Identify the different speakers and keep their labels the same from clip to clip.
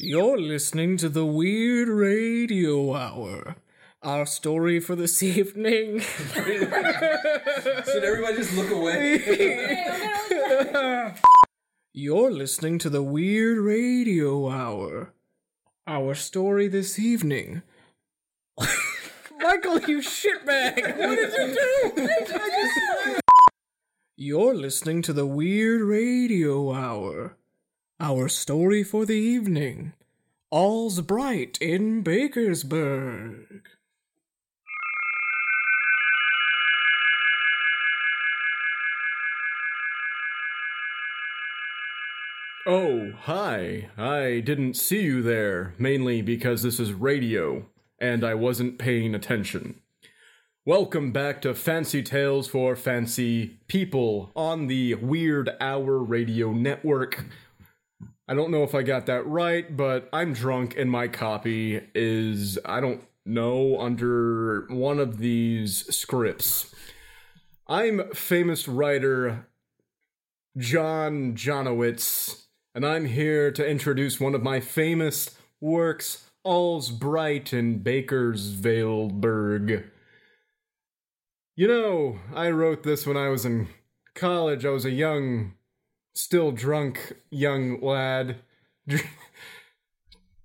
Speaker 1: You're listening to the Weird Radio Hour. Our story for this evening.
Speaker 2: Should everybody just look away?
Speaker 1: You're listening to the Weird Radio Hour. Our story this evening. Michael, you shitbag! What did you do? You're listening to the Weird Radio Hour. Our story for the evening. All's bright in Bakersburg.
Speaker 3: Oh, hi. I didn't see you there, mainly because this is radio, and I wasn't paying attention. Welcome back to Fancy Tales for Fancy People on the Weird Hour Radio Network. I don't know if I got that right, but I'm drunk and my copy is, I don't know, under one of these scripts. I'm famous writer John Jonowitz, and I'm here to introduce one of my famous works, All's Bright in Bakersvaleburg. You know, I wrote this when I was in college. I was a young, still drunk young lad. Dr-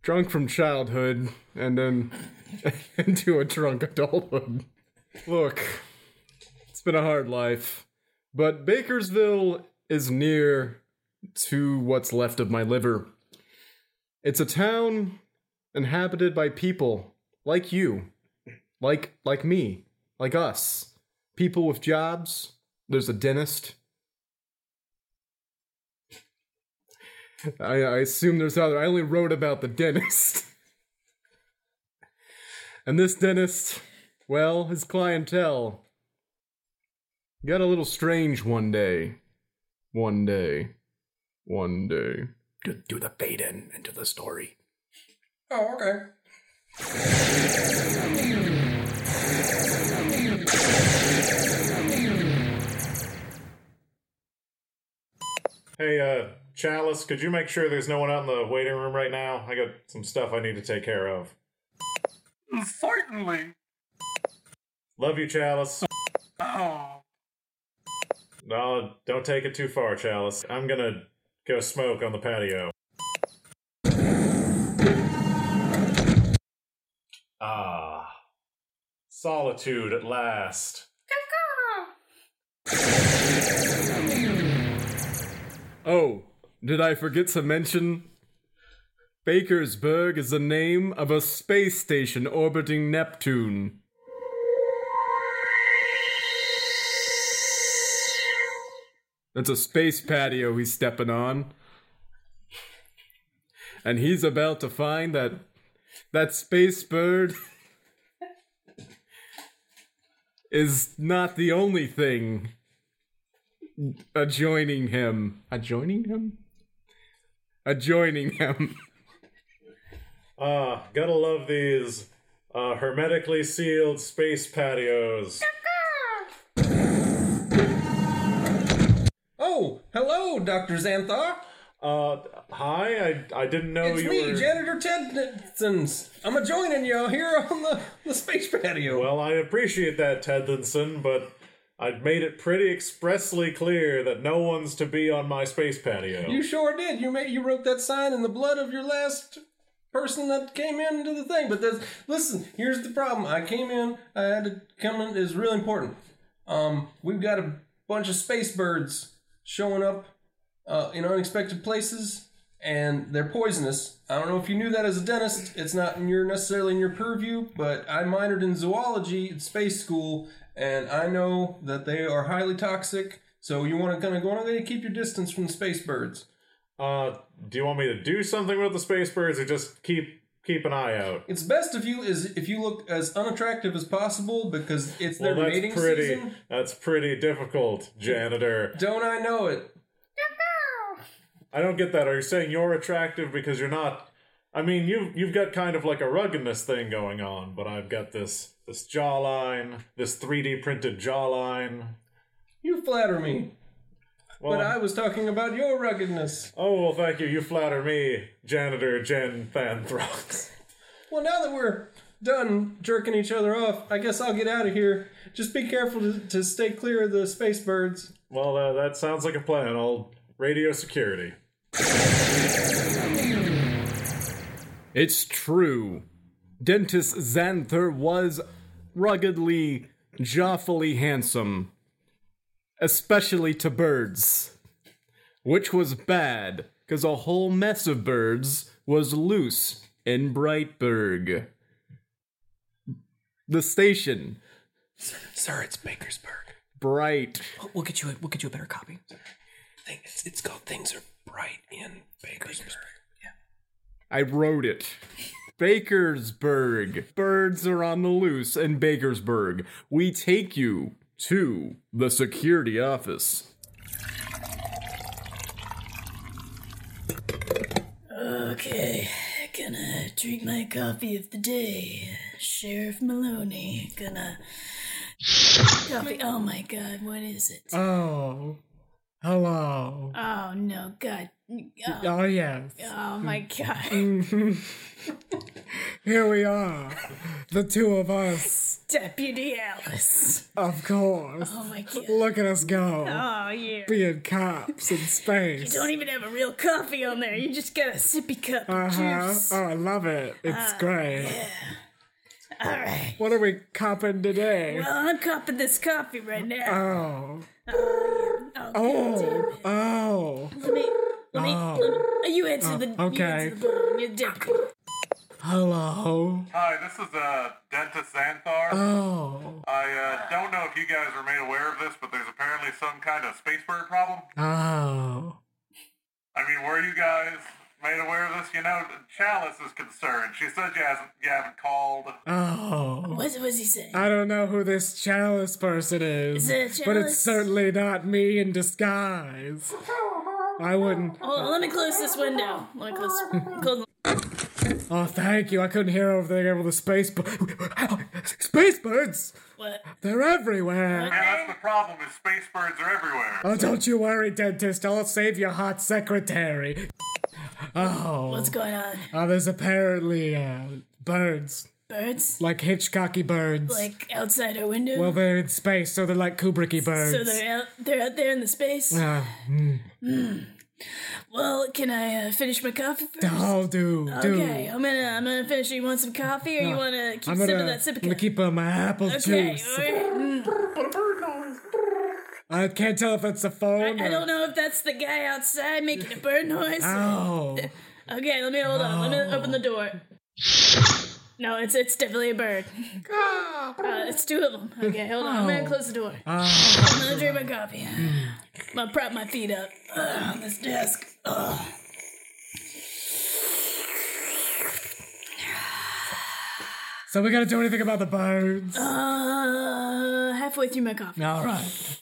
Speaker 3: drunk from childhood, and then into a drunk adulthood. Look, it's been a hard life. But Bakersville is near to what's left of my liver. It's a town inhabited by people like you, like like me, like us. People with jobs. There's a dentist. I, I assume there's other. I only wrote about the dentist. and this dentist, well, his clientele got a little strange one day. One day. One day.
Speaker 4: do, do the fade in into the story.
Speaker 2: Oh, okay.
Speaker 5: Hey, uh, Chalice, could you make sure there's no one out in the waiting room right now? I got some stuff I need to take care of.
Speaker 6: Certainly.
Speaker 5: Love you, Chalice.
Speaker 6: Oh,
Speaker 5: No, don't take it too far, Chalice. I'm gonna go smoke on the patio. Ah. Solitude at last.
Speaker 3: Oh, did I forget to mention? Bakersburg is the name of a space station orbiting Neptune. That's a space patio he's stepping on. And he's about to find that that space bird is not the only thing adjoining him. Adjoining him? Adjoining him.
Speaker 5: Ah, gotta love these uh, hermetically sealed space patios.
Speaker 2: Oh, hello, Dr. Xanthar.
Speaker 5: Uh, hi, I, I didn't know
Speaker 2: It's
Speaker 5: you
Speaker 2: me,
Speaker 5: were...
Speaker 2: Janitor Tednitons. I'm a joining y'all here on the, the space patio.
Speaker 5: Well, I appreciate that, Tedlinson, but I've made it pretty expressly clear that no one's to be on my space patio.
Speaker 2: you sure did. You made you wrote that sign in the blood of your last person that came into the thing. But that's, listen, here's the problem. I came in. I had to come in. It's really important. Um, we've got a bunch of space birds showing up uh, in unexpected places, and they're poisonous. I don't know if you knew that as a dentist. It's not in your necessarily in your purview, but I minored in zoology at space school, and I know that they are highly toxic. So you want to kind of go on to keep your distance from the space birds.
Speaker 5: Uh, do you want me to do something with the space birds, or just keep keep an eye out?
Speaker 2: It's best if you is if you look as unattractive as possible because it's
Speaker 5: Well,
Speaker 2: their
Speaker 5: that's
Speaker 2: mating
Speaker 5: pretty.
Speaker 2: season.
Speaker 5: That's pretty difficult, janitor.
Speaker 2: Don't I know it?
Speaker 5: I don't get that. Are you saying you're attractive because you're not? I mean, you you've got kind of like a ruggedness thing going on, but I've got this this jawline, this 3D printed jawline.
Speaker 2: You flatter me.
Speaker 5: Well,
Speaker 2: but I was talking about your ruggedness.
Speaker 5: oh well, thank you. You flatter me, janitor Jen Fanthrox.
Speaker 2: Well, now that we're done jerking each other off, I guess I'll get out of here. Just be careful to, to stay clear of the space birds.
Speaker 5: Well, uh, that sounds like a plan. I'll radio security.
Speaker 3: It's true. Dentist Xanther was ruggedly, joffily handsome, especially to birds, which was bad because a whole mess of birds was loose in Brightburg. The station,
Speaker 4: Sir, it's Bakersburg.
Speaker 3: bright.
Speaker 6: We'll- We'll get you. A, we'll get you a better copy.
Speaker 4: Thing, it's, it's called Things Are Bright in Bakersburg.
Speaker 3: I wrote it. Bakersburg. Birds are on the loose in Bakersburg. We take you to the security office.
Speaker 7: Okay, gonna drink my coffee of the day. Sheriff Maloney, gonna. Coffee. Oh my god, what is it?
Speaker 1: Oh, hello.
Speaker 7: Oh no, god. Oh,
Speaker 1: Oh, yes.
Speaker 7: oh my god.
Speaker 1: Here we are. The two of us,
Speaker 7: Deputy Alice.
Speaker 1: of course.
Speaker 7: Oh my god.
Speaker 1: Look at us go.
Speaker 7: Oh yeah.
Speaker 1: Being cops in
Speaker 7: You
Speaker 1: space.
Speaker 7: don't even have a real coffee on there. You just got a sippy cup of
Speaker 1: Uh-huh.
Speaker 7: juice. Uh,
Speaker 1: Oh, I love it. It's great.
Speaker 7: Alright.
Speaker 1: What are we copping today?
Speaker 7: Well, I'm cupping this coffee right now.
Speaker 1: Oh.
Speaker 7: oh,
Speaker 1: Oh. Oh.
Speaker 7: Let me. Let me.
Speaker 1: Oh.
Speaker 7: Let me you answer the.
Speaker 1: okay.
Speaker 7: You answer the bell. You're deputy.
Speaker 1: Hello.
Speaker 8: Hi, this is uh, Dentist Xanthar.
Speaker 1: Oh.
Speaker 8: I uh, don't know if you guys were made aware of this, but there's apparently some kind of space bird problem.
Speaker 1: Oh.
Speaker 8: I mean, were you guys made aware of this? You know, Chalice is concerned. She said you, hasn't, you haven't called.
Speaker 1: Oh.
Speaker 7: What was he saying?
Speaker 1: I don't know who this chalice person is,
Speaker 7: Is it
Speaker 1: but it's
Speaker 7: Chalice?
Speaker 1: certainly not me in disguise. I wouldn't.
Speaker 7: Hold on, Oh, let me close this window. Let me close. close
Speaker 1: Oh, thank you. I couldn't hear everything over the space. Bu- space birds!
Speaker 7: what?
Speaker 1: They're everywhere!
Speaker 8: Yeah, that's the problem is space birds are everywhere.
Speaker 1: Oh, don't you worry, dentist. I'll save your hot secretary. Oh.
Speaker 7: What's going on?
Speaker 1: Oh, there's apparently uh, birds,
Speaker 7: Birds?
Speaker 1: like Hitchcocky birds.
Speaker 7: Like outside our window?
Speaker 1: well, they're in space, so they're like Kubricky birds.
Speaker 7: so they're out, they're out there in the space. Hmm.
Speaker 1: Uh,
Speaker 7: Well, can I uh, finish my coffee first?
Speaker 1: oh, dude, dude. Ah,
Speaker 7: Okay, I'm gonna I'm gonna finish. You want some coffee, or you wanna keep
Speaker 1: I'm
Speaker 7: sipping
Speaker 1: gonna,
Speaker 7: that sip
Speaker 1: I'm gonna keep uh, my apple
Speaker 7: Okay,
Speaker 1: juice.
Speaker 7: alright. Mm.
Speaker 1: I can't tell if that's a
Speaker 7: I,
Speaker 1: phone.
Speaker 7: I
Speaker 1: or-
Speaker 7: don't know if that's the guy outside making a bird noise.
Speaker 1: Oh,
Speaker 7: Okay, let me hold on. Let me open the door. No, it's it's definitely a bird. Uh, it's two of them. Okay, hold on. I'm gonna close the door.
Speaker 1: Ah.
Speaker 7: I'm gonna drink my coffee. I'm gonna prop my feet up uh, on this desk. Ugh.
Speaker 1: so we gotta do anything about the birds.
Speaker 7: Uh, halfway through my coffee.
Speaker 1: All right.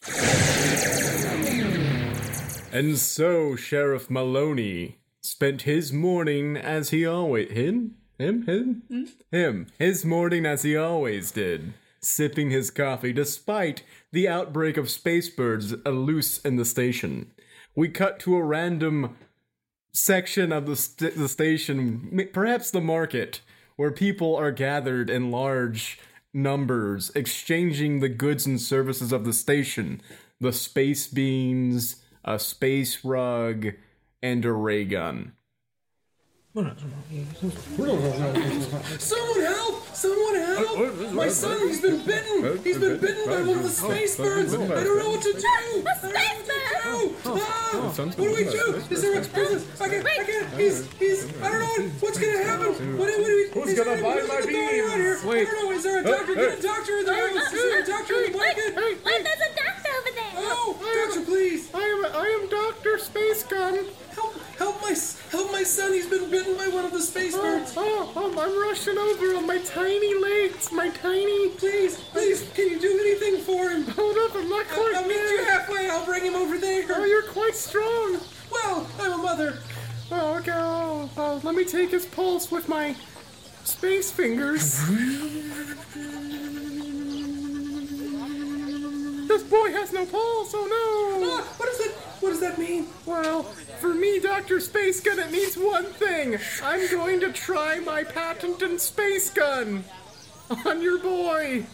Speaker 3: And so Sheriff Maloney spent his morning as he always him him him him his morning as he always did, sipping his coffee despite the outbreak of space birds uh, loose in the station. We cut to a random section of the, st- the station, m- perhaps the market, where people are gathered in large numbers, exchanging the goods and services of the station the space beans, a space rug, and a ray gun.
Speaker 2: Someone help! Someone help! My son, he's been bitten! He's been bitten by one of the
Speaker 5: Oh,
Speaker 2: space birds! I don't know what to do! I don't know what to do!
Speaker 5: Oh,
Speaker 2: Ah, what do we do? Is there a business? I can't, I can't, he's, he's, I don't know what, what's gonna happen! What, what do we,
Speaker 5: Who's
Speaker 2: is
Speaker 5: gonna
Speaker 2: there
Speaker 5: buy
Speaker 2: anything
Speaker 5: my
Speaker 2: going on here?
Speaker 5: beans?
Speaker 2: I don't know, is there a doctor? Get a doctor in the house! Is there a doctor in the market?
Speaker 9: Wait, there's a doctor over there.
Speaker 2: Oh, doctor, please!
Speaker 3: I am I am Doctor Space Gun.
Speaker 2: Help, help my, s- help my son, he's been bitten by one of the space birds!
Speaker 3: oh, I'm rushing over on my tiny legs, my tiny.
Speaker 2: Please, please, can you do anything for him?
Speaker 3: Hold up, I'm not Oh,
Speaker 2: I'll, I'll meet you halfway, I'll bring him over there!
Speaker 3: you're quite strong.
Speaker 2: Well, I'm a mother.
Speaker 3: Oh, okay. Oh, oh, let me take his pulse with my space fingers. this boy has no pulse. Oh no!
Speaker 2: Ah, what is that? What does that mean?
Speaker 1: oh Well, for me, Dr. Space Gun, it means one thing. I'm going to try my patented space gun on your boy.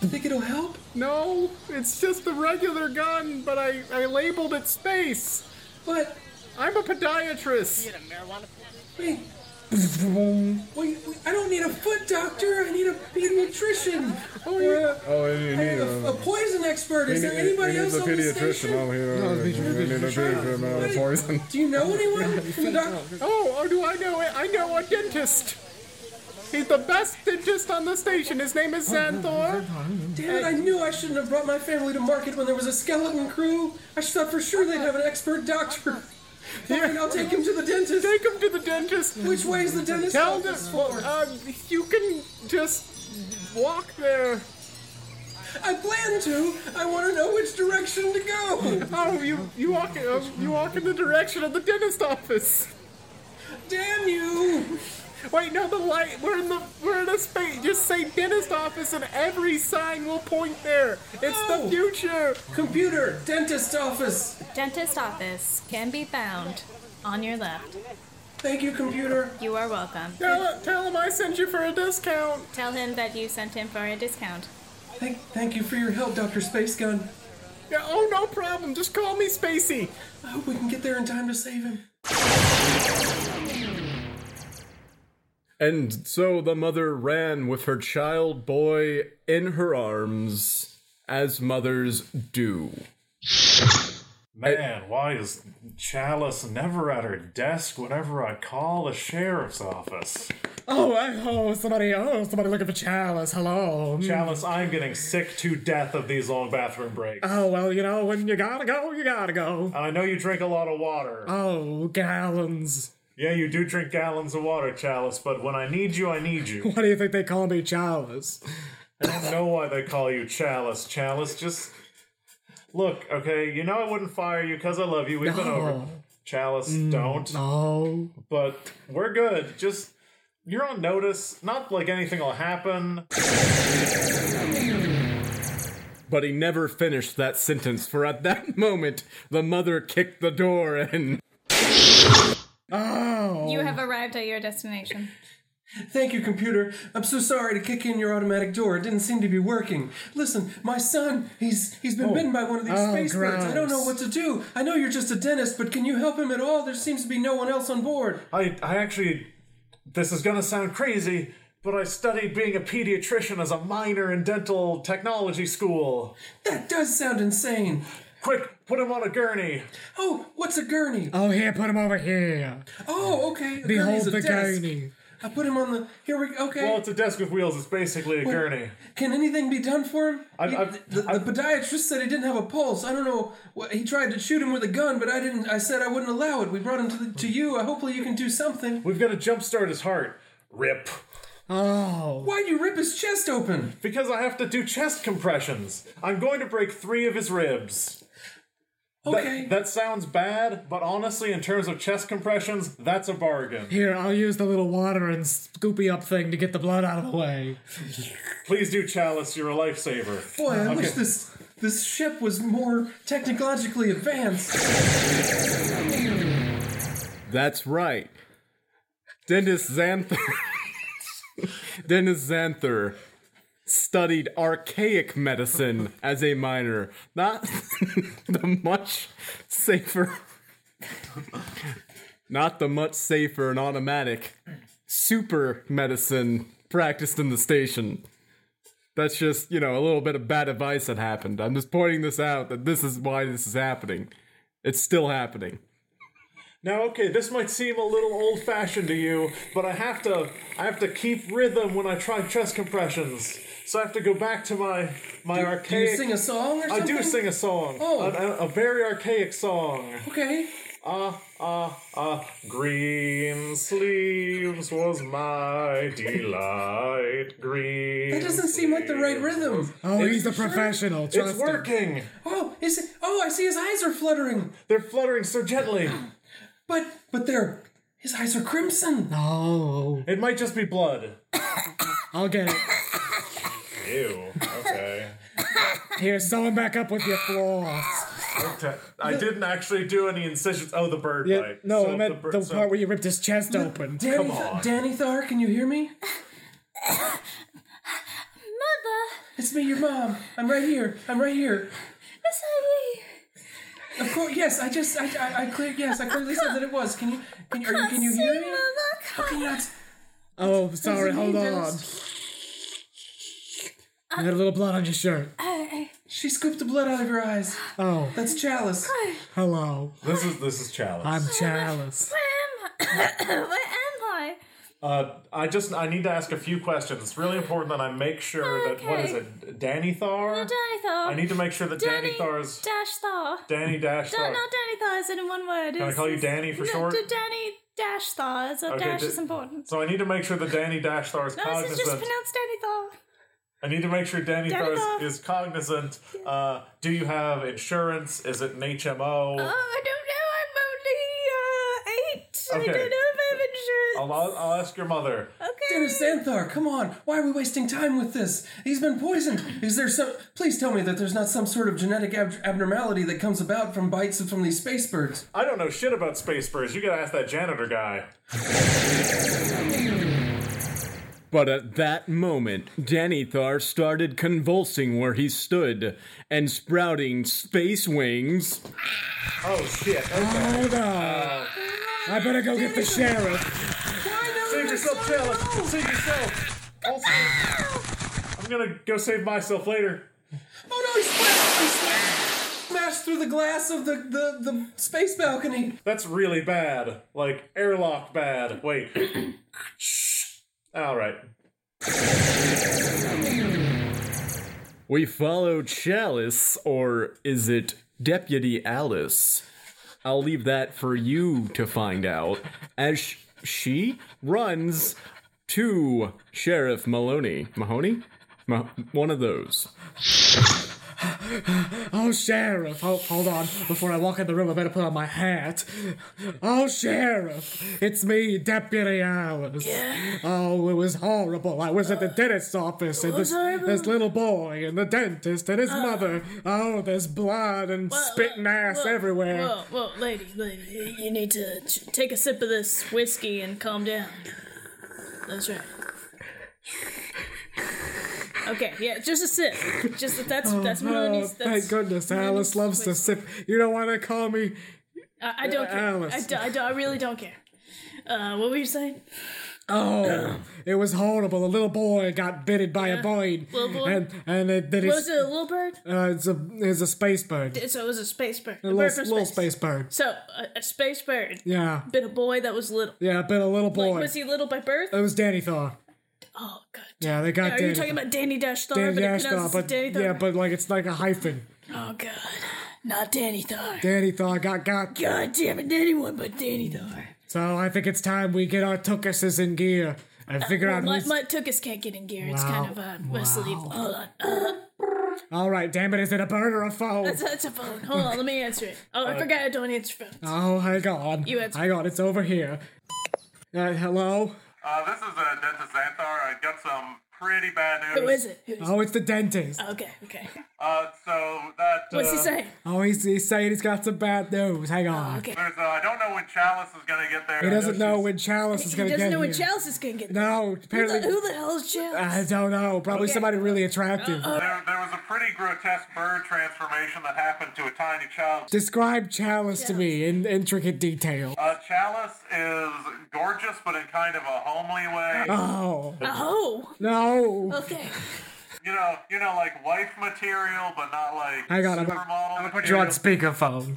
Speaker 2: Think it'll help?
Speaker 1: No, it's just the regular gun, but I, I labeled it space.
Speaker 2: But
Speaker 1: I'm a podiatrist.
Speaker 2: wait, wait, wait, I don't need a foot doctor. I need a pediatrician. Oh, yeah.
Speaker 10: Oh, and you
Speaker 2: I
Speaker 10: need
Speaker 2: need a, a
Speaker 10: a.
Speaker 2: poison expert. Is
Speaker 10: you
Speaker 2: there
Speaker 10: need-
Speaker 2: anybody
Speaker 10: you need
Speaker 2: else
Speaker 10: a
Speaker 2: on the
Speaker 10: pediatrician uh,
Speaker 2: station?
Speaker 10: out here. You need a pediatrician out of poison.
Speaker 2: Do you know anyone from the doc?
Speaker 1: Oh, oh, do I know it? I know a dentist. He's the best dentist on the station. His name is Xanthor.
Speaker 2: Damn it! I knew I shouldn't have brought my family to market when there was a skeleton crew. I thought for sure they'd have an expert doctor. Fine, I'll take him to the dentist.
Speaker 1: Take him to the dentist.
Speaker 2: Which way is the dentist
Speaker 1: Tell them,
Speaker 2: office?
Speaker 1: well, um, you can just walk there.
Speaker 2: I plan to. I want to know which direction to go.
Speaker 1: Oh, you you walk uh, you walk in the direction of the dentist office.
Speaker 2: Damn you!
Speaker 1: Wait, no, the light. We're in the we're in a space. Just say dentist office, and every sign will point there. It's
Speaker 2: No.
Speaker 1: the future.
Speaker 2: Oh. Computer, dentist office.
Speaker 7: Dentist office can be found on your left.
Speaker 2: Thank you, computer.
Speaker 7: You are welcome.
Speaker 1: Tell tell him I sent you for a discount.
Speaker 7: Tell him that you sent him for a discount.
Speaker 2: Thank, thank you for your help, Doctor Space Gun.
Speaker 1: Yeah, oh, no problem. Just call me Spacey.
Speaker 2: I hope we can get there in time to save him.
Speaker 3: And so the mother ran with her child boy in her arms, as mothers do.
Speaker 5: Man, why is Chalice never at her desk whenever I call the sheriff's office?
Speaker 1: Oh, I, oh, somebody, oh, somebody looking for Chalice. Hello.
Speaker 5: Hmm. Chalice, I'm getting sick to death of these long bathroom breaks.
Speaker 1: Oh, well, you know, when you gotta go, you gotta go.
Speaker 5: And I know you drink a lot of water.
Speaker 1: Oh, gallons.
Speaker 5: yeah, you do drink gallons of water, Chalice, but when I need you, I need you.
Speaker 1: Why do you think they call me Chalice?
Speaker 5: I don't know why they call you Chalice. Chalice, just look, okay? You know I wouldn't fire you because I love you. We've been over.
Speaker 1: No. Mm,
Speaker 5: Chalice, don't.
Speaker 1: No.
Speaker 5: But we're good. Just you're on notice. Not like anything will happen.
Speaker 3: But he never finished that sentence, for at that moment, the mother kicked the door in.
Speaker 1: Oh.
Speaker 7: You have arrived at your destination.
Speaker 2: Thank you, computer. I'm so sorry to kick in your automatic door. It didn't seem to be working. Listen, my son, he's he's been bitten by one of these
Speaker 1: Oh,
Speaker 2: space birds. I don't know
Speaker 1: gross.
Speaker 2: what to do. I know you're just a dentist, but can you help him at all? There seems to be no one else on board.
Speaker 5: I, I actually, this is gonna sound crazy, but I studied being a pediatrician as a minor in dental technology school.
Speaker 2: That does sound insane.
Speaker 5: Quick, put him on a gurney.
Speaker 2: Oh, what's a gurney?
Speaker 1: Oh, here, put him over here.
Speaker 2: Oh, okay. A
Speaker 1: Behold
Speaker 2: gurney's a
Speaker 1: the
Speaker 2: desk.
Speaker 1: gurney.
Speaker 2: I put him on the. Here we go. Okay.
Speaker 5: Well, it's a desk with wheels. It's basically a gurney.
Speaker 2: Can anything be done for him?
Speaker 5: I've-
Speaker 2: He-
Speaker 5: I've-
Speaker 2: the, the podiatrist said he didn't have a pulse. I don't know. What, he tried to shoot him with a gun, but I didn't. I said I wouldn't allow it. We brought him to, the, to you. Uh, hopefully, you can do something.
Speaker 5: We've got to jumpstart his heart. Rip.
Speaker 1: Oh.
Speaker 2: Why'd you rip his chest open?
Speaker 5: Because I have to do chest compressions. I'm going to break three of his ribs. That-
Speaker 2: Okay.
Speaker 5: That, sounds bad, but honestly, in terms of chest compressions, that's a bargain.
Speaker 1: Here, I'll use the little water and scoopy up thing to get the blood out of the way.
Speaker 5: Please do, Chalice. You're a lifesaver.
Speaker 2: Boy, I wish this this ship was more technologically advanced.
Speaker 3: That's right. Dennis Xanther. Dennis Xanther studied archaic medicine as a minor, not the much safer, not the much safer and automatic super medicine practiced in the station. That's just, you know, a little bit of bad advice that happened. I'm just pointing this out that this is why this is happening. It's still happening.
Speaker 5: Now, okay, this might seem a little old-fashioned to you, but I have to, I have to keep rhythm when I try chest compressions. So I have to go back to my my
Speaker 2: Do you
Speaker 5: archaic.
Speaker 2: sing a song or
Speaker 5: I
Speaker 2: something?
Speaker 5: do sing a song.
Speaker 2: Oh.
Speaker 5: A, a, a very archaic song.
Speaker 2: Okay.
Speaker 5: Ah, ah, ah. Green sleeves was my delight. Green.
Speaker 2: That doesn't seem like the right rhythm.
Speaker 1: Oh, he's a professional. Trust
Speaker 5: It's
Speaker 1: him.
Speaker 5: working.
Speaker 2: Oh, is it? Oh, I see his eyes are fluttering.
Speaker 5: They're fluttering so gently.
Speaker 2: But but they're his eyes are crimson.
Speaker 1: Oh,
Speaker 5: It might just be blood.
Speaker 1: I'll get it.
Speaker 5: Ew. Okay.
Speaker 1: Here, sew him back up with your floss.
Speaker 5: Okay. I didn't actually do any incisions. Oh, the bird
Speaker 1: Yeah,
Speaker 5: bite.
Speaker 1: no,
Speaker 5: So
Speaker 1: I
Speaker 5: if
Speaker 1: meant the,
Speaker 5: bird- so-
Speaker 1: part where you ripped his chest open.
Speaker 5: Danny Come Th- on.
Speaker 2: Danny Thar, can you hear me?
Speaker 9: Mother,
Speaker 2: It's me, your mom. I'm right here. I'm right here.
Speaker 9: Miss Ivy.
Speaker 2: Of course, yes. I just, I, I, I clear, yes. I clearly said that it was. Can you, can you, are you, can you hear me? Okay, that's
Speaker 1: Oh, sorry, hold
Speaker 2: mean,
Speaker 1: on. You got a little blood on your shirt.
Speaker 2: She scooped the blood out of her eyes.
Speaker 1: Oh,
Speaker 2: That's Chalice.
Speaker 1: hello.
Speaker 5: This is this is challenge.
Speaker 1: I'm Chalice.
Speaker 9: Where am I?
Speaker 5: Uh, I just I need to ask a few questions. It's really important that I make sure that what is
Speaker 9: Okay.
Speaker 5: it, Danny Thar?
Speaker 9: Danny Thar.
Speaker 5: I need to make sure that Danny, Thar is
Speaker 9: Dash Thar.
Speaker 5: Danny Dash
Speaker 9: Da-
Speaker 5: Thar.
Speaker 9: not Danny Thar is in one word.
Speaker 5: Can I
Speaker 9: It's-
Speaker 5: call you
Speaker 9: it's-
Speaker 5: Danny for
Speaker 9: no,
Speaker 5: short?
Speaker 9: d- Danny Dash Thar. So
Speaker 5: Okay,
Speaker 9: dash
Speaker 5: d-
Speaker 9: is important.
Speaker 5: So I need to make sure that Danny Dash Thar is
Speaker 9: No, this is
Speaker 5: cognizant.
Speaker 9: just pronounced Danny Thar.
Speaker 5: I need to make sure Danny,
Speaker 9: Danny
Speaker 5: Thar
Speaker 9: Thar.
Speaker 5: is, is cognizant. Uh, do you have insurance? Is it an HMO?
Speaker 9: Oh, I don't know. I'm only uh, eight.
Speaker 5: Okay.
Speaker 9: I don't know if I have insurance.
Speaker 5: I'll, I'll I'll ask your mother.
Speaker 2: Dennis Xanthar, come on. Why are we wasting time with this? He's been poisoned. Is there some. Please tell me that there's not some sort of genetic ab- abnormality that comes about from bites from these space birds.
Speaker 5: I don't know shit about space birds. You gotta ask that janitor guy.
Speaker 3: But at that moment, Danithar started convulsing where he stood and sprouting space wings.
Speaker 5: Oh shit. Okay. Uh,
Speaker 1: Hold on. I better go get the sheriff.
Speaker 5: Save yourself, Chalice. Save yourself. Also, I'm gonna go save myself later.
Speaker 2: Oh no, he smashed! He smashed, smashed through the glass of the, the, the space balcony.
Speaker 5: That's really bad. Like airlock bad. Wait. All right.
Speaker 3: We follow Chalice, or is it Deputy Alice? I'll leave that for you to find out as sh- she runs to Sheriff Maloney. Mahoney? Mo- one of those.
Speaker 1: Oh, sheriff. Oh, hold on. Before I walk in the room, I better put on my hat. Oh, sheriff. It's me, Deputy Alice. Oh, it was horrible. I was at the dentist's office, and this, this little boy, and the dentist, and his
Speaker 7: Uh.
Speaker 1: mother. Oh, there's blood and spit and ass
Speaker 7: whoa,
Speaker 1: everywhere.
Speaker 7: Whoa, whoa, lady, lady, you need to ch- take a sip of this whiskey and calm down. That's right. Okay, yeah, just a sip. Just that's that's Maloney's. That's,
Speaker 1: Oh, thank goodness, Alice loves to sip. You don't want to call me.
Speaker 7: I, I don't care. I,
Speaker 1: Alice.
Speaker 7: do, I, do, I really don't care. Uh, what were you saying?
Speaker 1: Oh, it was horrible. A little boy got bitten by a bird,
Speaker 7: Little boy?
Speaker 1: and and it, then
Speaker 7: What was
Speaker 1: it's,
Speaker 7: it? A little bird?
Speaker 1: uh, it's a it's a space bird,
Speaker 7: So it was a space bird.
Speaker 1: a
Speaker 7: bird
Speaker 1: little,
Speaker 7: from
Speaker 1: little space bird.
Speaker 7: So a, a space bird
Speaker 1: Yeah,
Speaker 7: bit a boy that was little.
Speaker 1: yeah, been a little boy.
Speaker 7: Like, was he little by birth?
Speaker 1: it was Danny Thor.
Speaker 7: Oh god.
Speaker 1: Yeah, they got
Speaker 7: Are
Speaker 1: Danny.
Speaker 7: you talking about Danny Dash Thor?
Speaker 1: Danny
Speaker 7: but it
Speaker 1: Dash Thor,
Speaker 7: pronounces
Speaker 1: but
Speaker 7: Danny Thor?
Speaker 1: yeah, but like it's like a hyphen.
Speaker 7: Oh god, not Danny Thor.
Speaker 1: Danny Thor got got.
Speaker 7: God damn it, anyone but Danny Thor.
Speaker 1: So I think it's time we get our tukuses in gear and figure out.
Speaker 7: Uh, My,
Speaker 1: who's-
Speaker 7: my Tukas can't get in gear. It's
Speaker 1: Wow.
Speaker 7: kind of uh, wow. asleep. Hold on.
Speaker 1: All right, damn it! Is it a bird or a phone?
Speaker 7: That's, that's a phone. Hold on, let me answer it. Oh, I forgot I don't answer phones.
Speaker 1: Oh, hang on.
Speaker 7: You answer.
Speaker 1: Hang on, it's over here. Uh, hello?
Speaker 8: Uh, this is uh, Dentist Xanthar. I got some pretty bad news.
Speaker 7: Who is it? Who is it?
Speaker 1: Oh, it's the dentist.
Speaker 7: Okay, okay.
Speaker 8: Uh, so that uh,
Speaker 7: What's he Oh, saying?
Speaker 1: Oh, he's, he's saying he's got some bad news. Hang on.
Speaker 7: Okay.
Speaker 8: there's, uh, I don't know when Chalice is gonna get there.
Speaker 1: He doesn't know when Chalice is
Speaker 7: He
Speaker 1: going to get
Speaker 7: doesn't know when
Speaker 1: here.
Speaker 7: Chalice is gonna get.
Speaker 1: No,
Speaker 7: Who the,
Speaker 1: apparently. Uh,
Speaker 7: who the hell is
Speaker 1: I
Speaker 7: Chalice?
Speaker 1: don't know. Probably somebody really attractive.
Speaker 8: There, there was a pretty grotesque bird transformation that happened to a tiny child.
Speaker 1: Describe Chalice to me in intricate detail.
Speaker 8: Uh, Chalice is gorgeous, but in kind of a homely way.
Speaker 1: Oh,
Speaker 7: oh,
Speaker 1: no.
Speaker 7: okay.
Speaker 8: You know, you know, like wife material, but not like
Speaker 1: Hang on, I'm
Speaker 8: supermodel.
Speaker 1: gonna- Put you
Speaker 8: material.
Speaker 1: on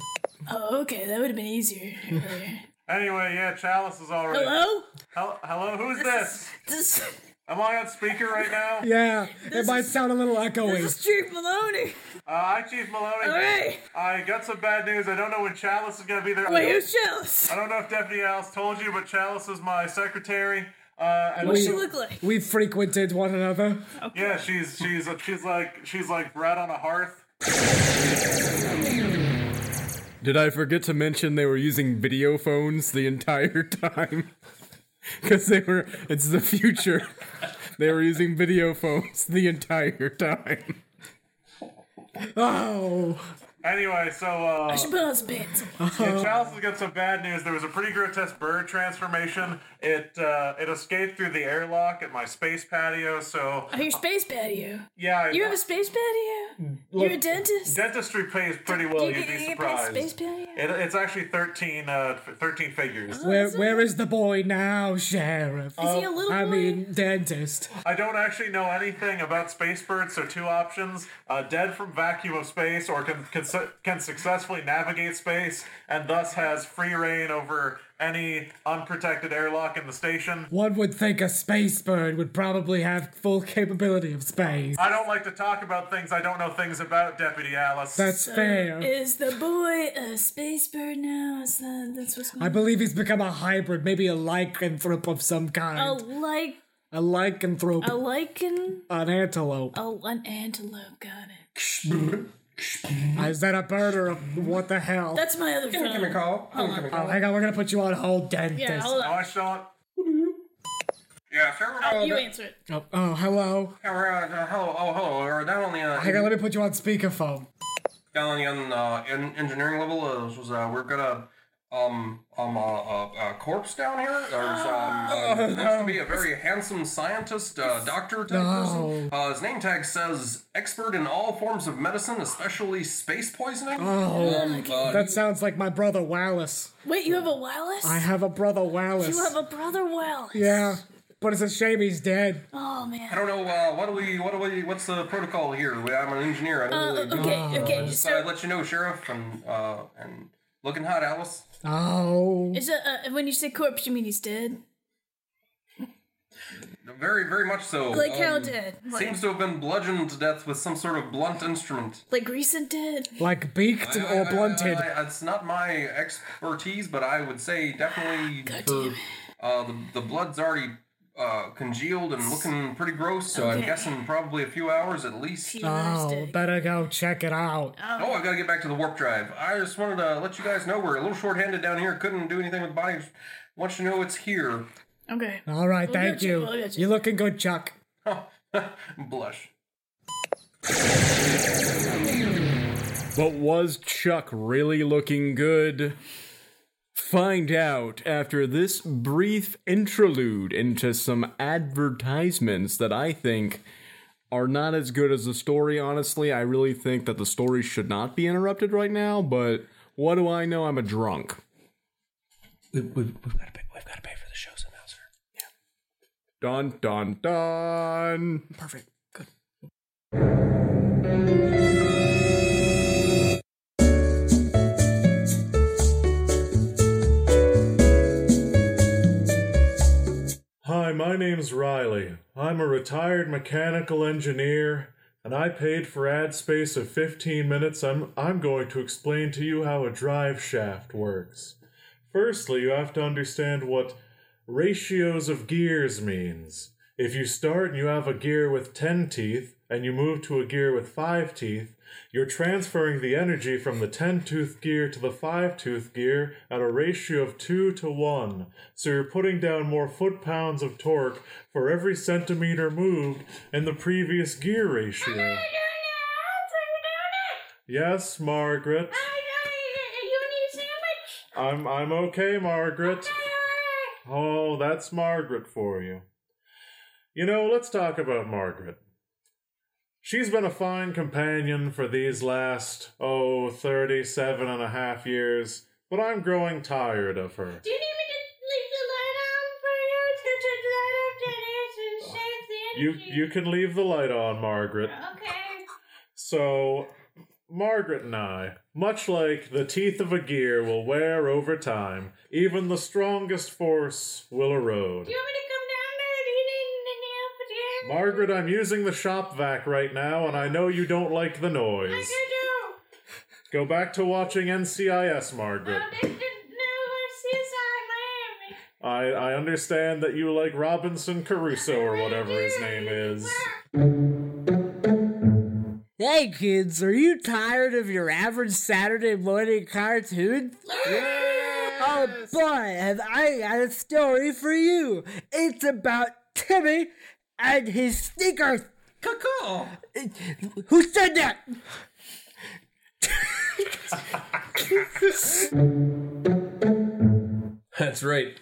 Speaker 1: speakerphone.
Speaker 7: Oh, okay. That would have been easier. earlier.
Speaker 8: Anyway, yeah, Chalice is already.
Speaker 7: Hello?
Speaker 8: Hel- hello, who's this?
Speaker 7: This,
Speaker 8: Am I on speaker right now?
Speaker 1: Yeah, it might sound a little echoey.
Speaker 7: this is Chief Maloney.
Speaker 8: Uh, hi, Chief Maloney.
Speaker 7: All right.
Speaker 8: I got some bad news. I don't know when Chalice is gonna be there.
Speaker 7: Wait, who's Chalice?
Speaker 8: I don't know if Deputy Alice told you, but Chalice is my secretary. Uh, and
Speaker 7: What's she
Speaker 1: We-
Speaker 7: look like?
Speaker 1: we frequented one another.
Speaker 8: yeah, she's she's she's like she's like bread on a hearth.
Speaker 3: Did I forget to mention they were using video phones the entire time? Because they were, it's the future. They were using video phones the entire time.
Speaker 1: Oh,
Speaker 8: Anyway, so uh,
Speaker 7: I should put on spades.
Speaker 8: Yeah, Chalice has got some bad news. There was a pretty grotesque bird transformation. It uh, it escaped through the airlock at my space patio. So
Speaker 7: Oh, your space patio.
Speaker 8: yeah, I-
Speaker 7: You have a space patio? You're a dentist?
Speaker 8: Dentistry pays pretty well.
Speaker 7: Do you
Speaker 8: You'd
Speaker 7: get-
Speaker 8: be
Speaker 7: you get paid
Speaker 8: surprised.
Speaker 7: space patio?
Speaker 8: It, it's actually thirteen uh, f- thirteen figures.
Speaker 7: Oh,
Speaker 1: Where where is the boy now, Sheriff?
Speaker 8: Is he a little
Speaker 1: I
Speaker 8: boy?
Speaker 1: mean, dentist.
Speaker 8: I don't actually know anything about space birds, so two options: uh, dead from vacuum of space, or can can, su- can successfully navigate space and thus has free reign over any unprotected airlock in the station.
Speaker 1: One would think a space bird would probably have full capability of space.
Speaker 8: I don't like to talk about things I don't know things about, Deputy Alice.
Speaker 1: That's fair.
Speaker 7: Is the boy a space bird now? Is that, that's what's going
Speaker 1: I believe he's become a hybrid, maybe a lycanthrope of some kind.
Speaker 7: on? A like
Speaker 1: a lycanthrope,
Speaker 7: a lichen?
Speaker 1: an antelope.
Speaker 7: A, an antelope, got it.
Speaker 1: Is that a bird or a, what the hell?
Speaker 7: That's my other phone.
Speaker 1: give me a
Speaker 11: call.
Speaker 1: Oh, hang on, we're gonna put you on hold, dentist.
Speaker 7: Yeah, hold
Speaker 1: Oh,
Speaker 7: on.
Speaker 8: Yeah, sure.
Speaker 7: Oh, you answer it.
Speaker 1: Oh, oh, hello.
Speaker 11: Yeah, we're, uh, hello, oh, hello. We're down on the uh,
Speaker 1: Hang on, let me put you on speakerphone.
Speaker 11: down on the um, uh, en- engineering level. Uh, this was uh, we've got a um um uh, uh, uh, corpse down here. There's um, uh, there used to be a very handsome scientist, uh, doctor type person. Uh, his name tag says expert in all forms of medicine, especially space poisoning.
Speaker 1: Oh,
Speaker 11: Um, uh,
Speaker 1: that sounds like my brother Wallace.
Speaker 7: Wait, you have a Wallace?
Speaker 1: I have a brother Wallace.
Speaker 7: You have a brother Wallace.
Speaker 1: yeah, but it's a shame he's dead.
Speaker 7: Oh man.
Speaker 11: I don't know. Uh, what do we? What do we? What's the protocol here? We- I'm an engineer. I don't
Speaker 7: Uh,
Speaker 11: really know.
Speaker 7: okay, okay,
Speaker 11: I just
Speaker 7: so-
Speaker 11: thought I'd let you know, sheriff, and uh, and looking hot, Alice.
Speaker 1: Oh.
Speaker 7: Is it, uh, when you say corpse, you mean he's dead?
Speaker 11: Very, very much so. Um,
Speaker 7: Like how dead? Like-
Speaker 11: Seems to have been bludgeoned to death with some sort of blunt instrument.
Speaker 7: Like recent dead?
Speaker 1: Like beaked
Speaker 11: I- I-
Speaker 1: or
Speaker 11: I-
Speaker 1: blunted.
Speaker 11: I- I- it's not my expertise, but I would say definitely for, uh, the, the blood's already uh, congealed and looking pretty gross, so I'm
Speaker 1: Okay.
Speaker 11: guessing probably a few hours at least.
Speaker 1: Oh, better go check it out.
Speaker 11: Oh, I've got to get back to the warp drive. I just wanted to let you guys know we're a little short-handed down here. Couldn't do anything with the body. Want you to know it's here.
Speaker 7: Okay.
Speaker 1: All right,
Speaker 11: We'll
Speaker 1: thank
Speaker 11: get you,
Speaker 1: you.
Speaker 11: we'll get you.
Speaker 1: You're looking good, Chuck.
Speaker 11: Blush.
Speaker 3: But was Chuck really looking good? Find out after this brief interlude into some advertisements that I think are not as good as the story, honestly. I really think that the story should not be interrupted right now, but what do I know? I'm a drunk. Dun, dun, dun.
Speaker 12: Perfect. Good.
Speaker 5: Hi, my name's Riley. I'm a retired mechanical engineer, and I paid for ad space of 15 minutes. I'm, I'm going to explain to you how a drive shaft works. Firstly, you have to understand what ratios of gears means. If you start and you have a gear with 10 teeth, and you move to a gear with 5 teeth, you're transferring the energy from the 10 tooth gear to the 5 tooth gear at a ratio of 2 to 1. So you're putting down more foot pounds of torque for every centimeter moved in the previous gear ratio. Yes, Margaret. I'm I'm okay, Margaret. Oh, that's Margaret for you. You know, let's talk about Margaret. She's been a fine companion for these last, oh, 37 and a half years, but I'm growing tired of her.
Speaker 13: Do you need me to leave the light on for you to turn the light off, Jenny, to save the
Speaker 5: You
Speaker 13: energy?
Speaker 5: you can leave the light on, Margaret.
Speaker 10: Oh,
Speaker 13: Okay.
Speaker 5: So, Margaret and I, much like the teeth of a gear will wear over time, even the strongest force will
Speaker 13: Do
Speaker 5: erode.
Speaker 13: you want me to come down there? Do you need any help with your energy?
Speaker 5: Margaret, I'm using the shop vac right now, and I know you don't like the
Speaker 13: I
Speaker 5: noise.
Speaker 13: sure do.
Speaker 5: Go back to watching NCIS, Margaret.
Speaker 13: I'm addicted now to CSI Miami.
Speaker 5: I, I understand that you like Robinson Crusoe or whatever his name is.
Speaker 10: Hey kids, are you tired of your average Saturday morning cartoon? Oh boy, have I got a story for you. It's about Timmy and his Oh. sneakers. Cuckoo! Who said that?
Speaker 2: That's right,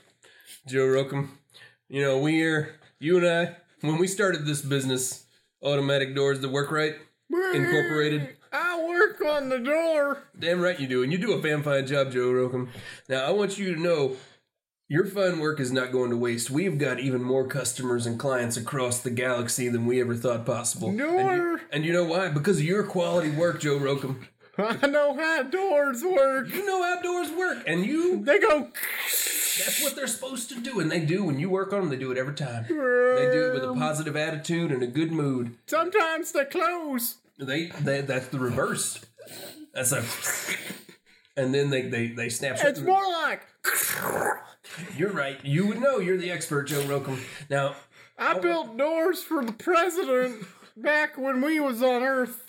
Speaker 2: Joe Rokum. You know, we are, you and I, when we started this business, Automatic Doors That Work Right Incorporated.
Speaker 10: I work on the door.
Speaker 2: Damn right you do, and you do a fan fine job, Joe Rokum. Now, I want you to know your fine work is not going to waste. We've got even more customers and clients across the galaxy than we ever thought possible.
Speaker 10: Door.
Speaker 2: And you know why? Because of your quality work, Joe Rokum.
Speaker 10: I know how doors work.
Speaker 2: You know how doors work, and you.
Speaker 10: They go.
Speaker 2: That's what they're supposed to do, and they do. When you work on them, they do it every time. They do it with
Speaker 10: Um.
Speaker 2: a positive attitude and a good mood.
Speaker 10: Sometimes they close.
Speaker 2: They, they that's the reverse. That's a. And then they they they snap. shut
Speaker 10: It's
Speaker 2: the-
Speaker 10: more like
Speaker 2: You're right. You would know. You're the expert, Joe Rokum. Now,
Speaker 10: I
Speaker 2: Oh,
Speaker 10: built doors for the president back when we was on Earth.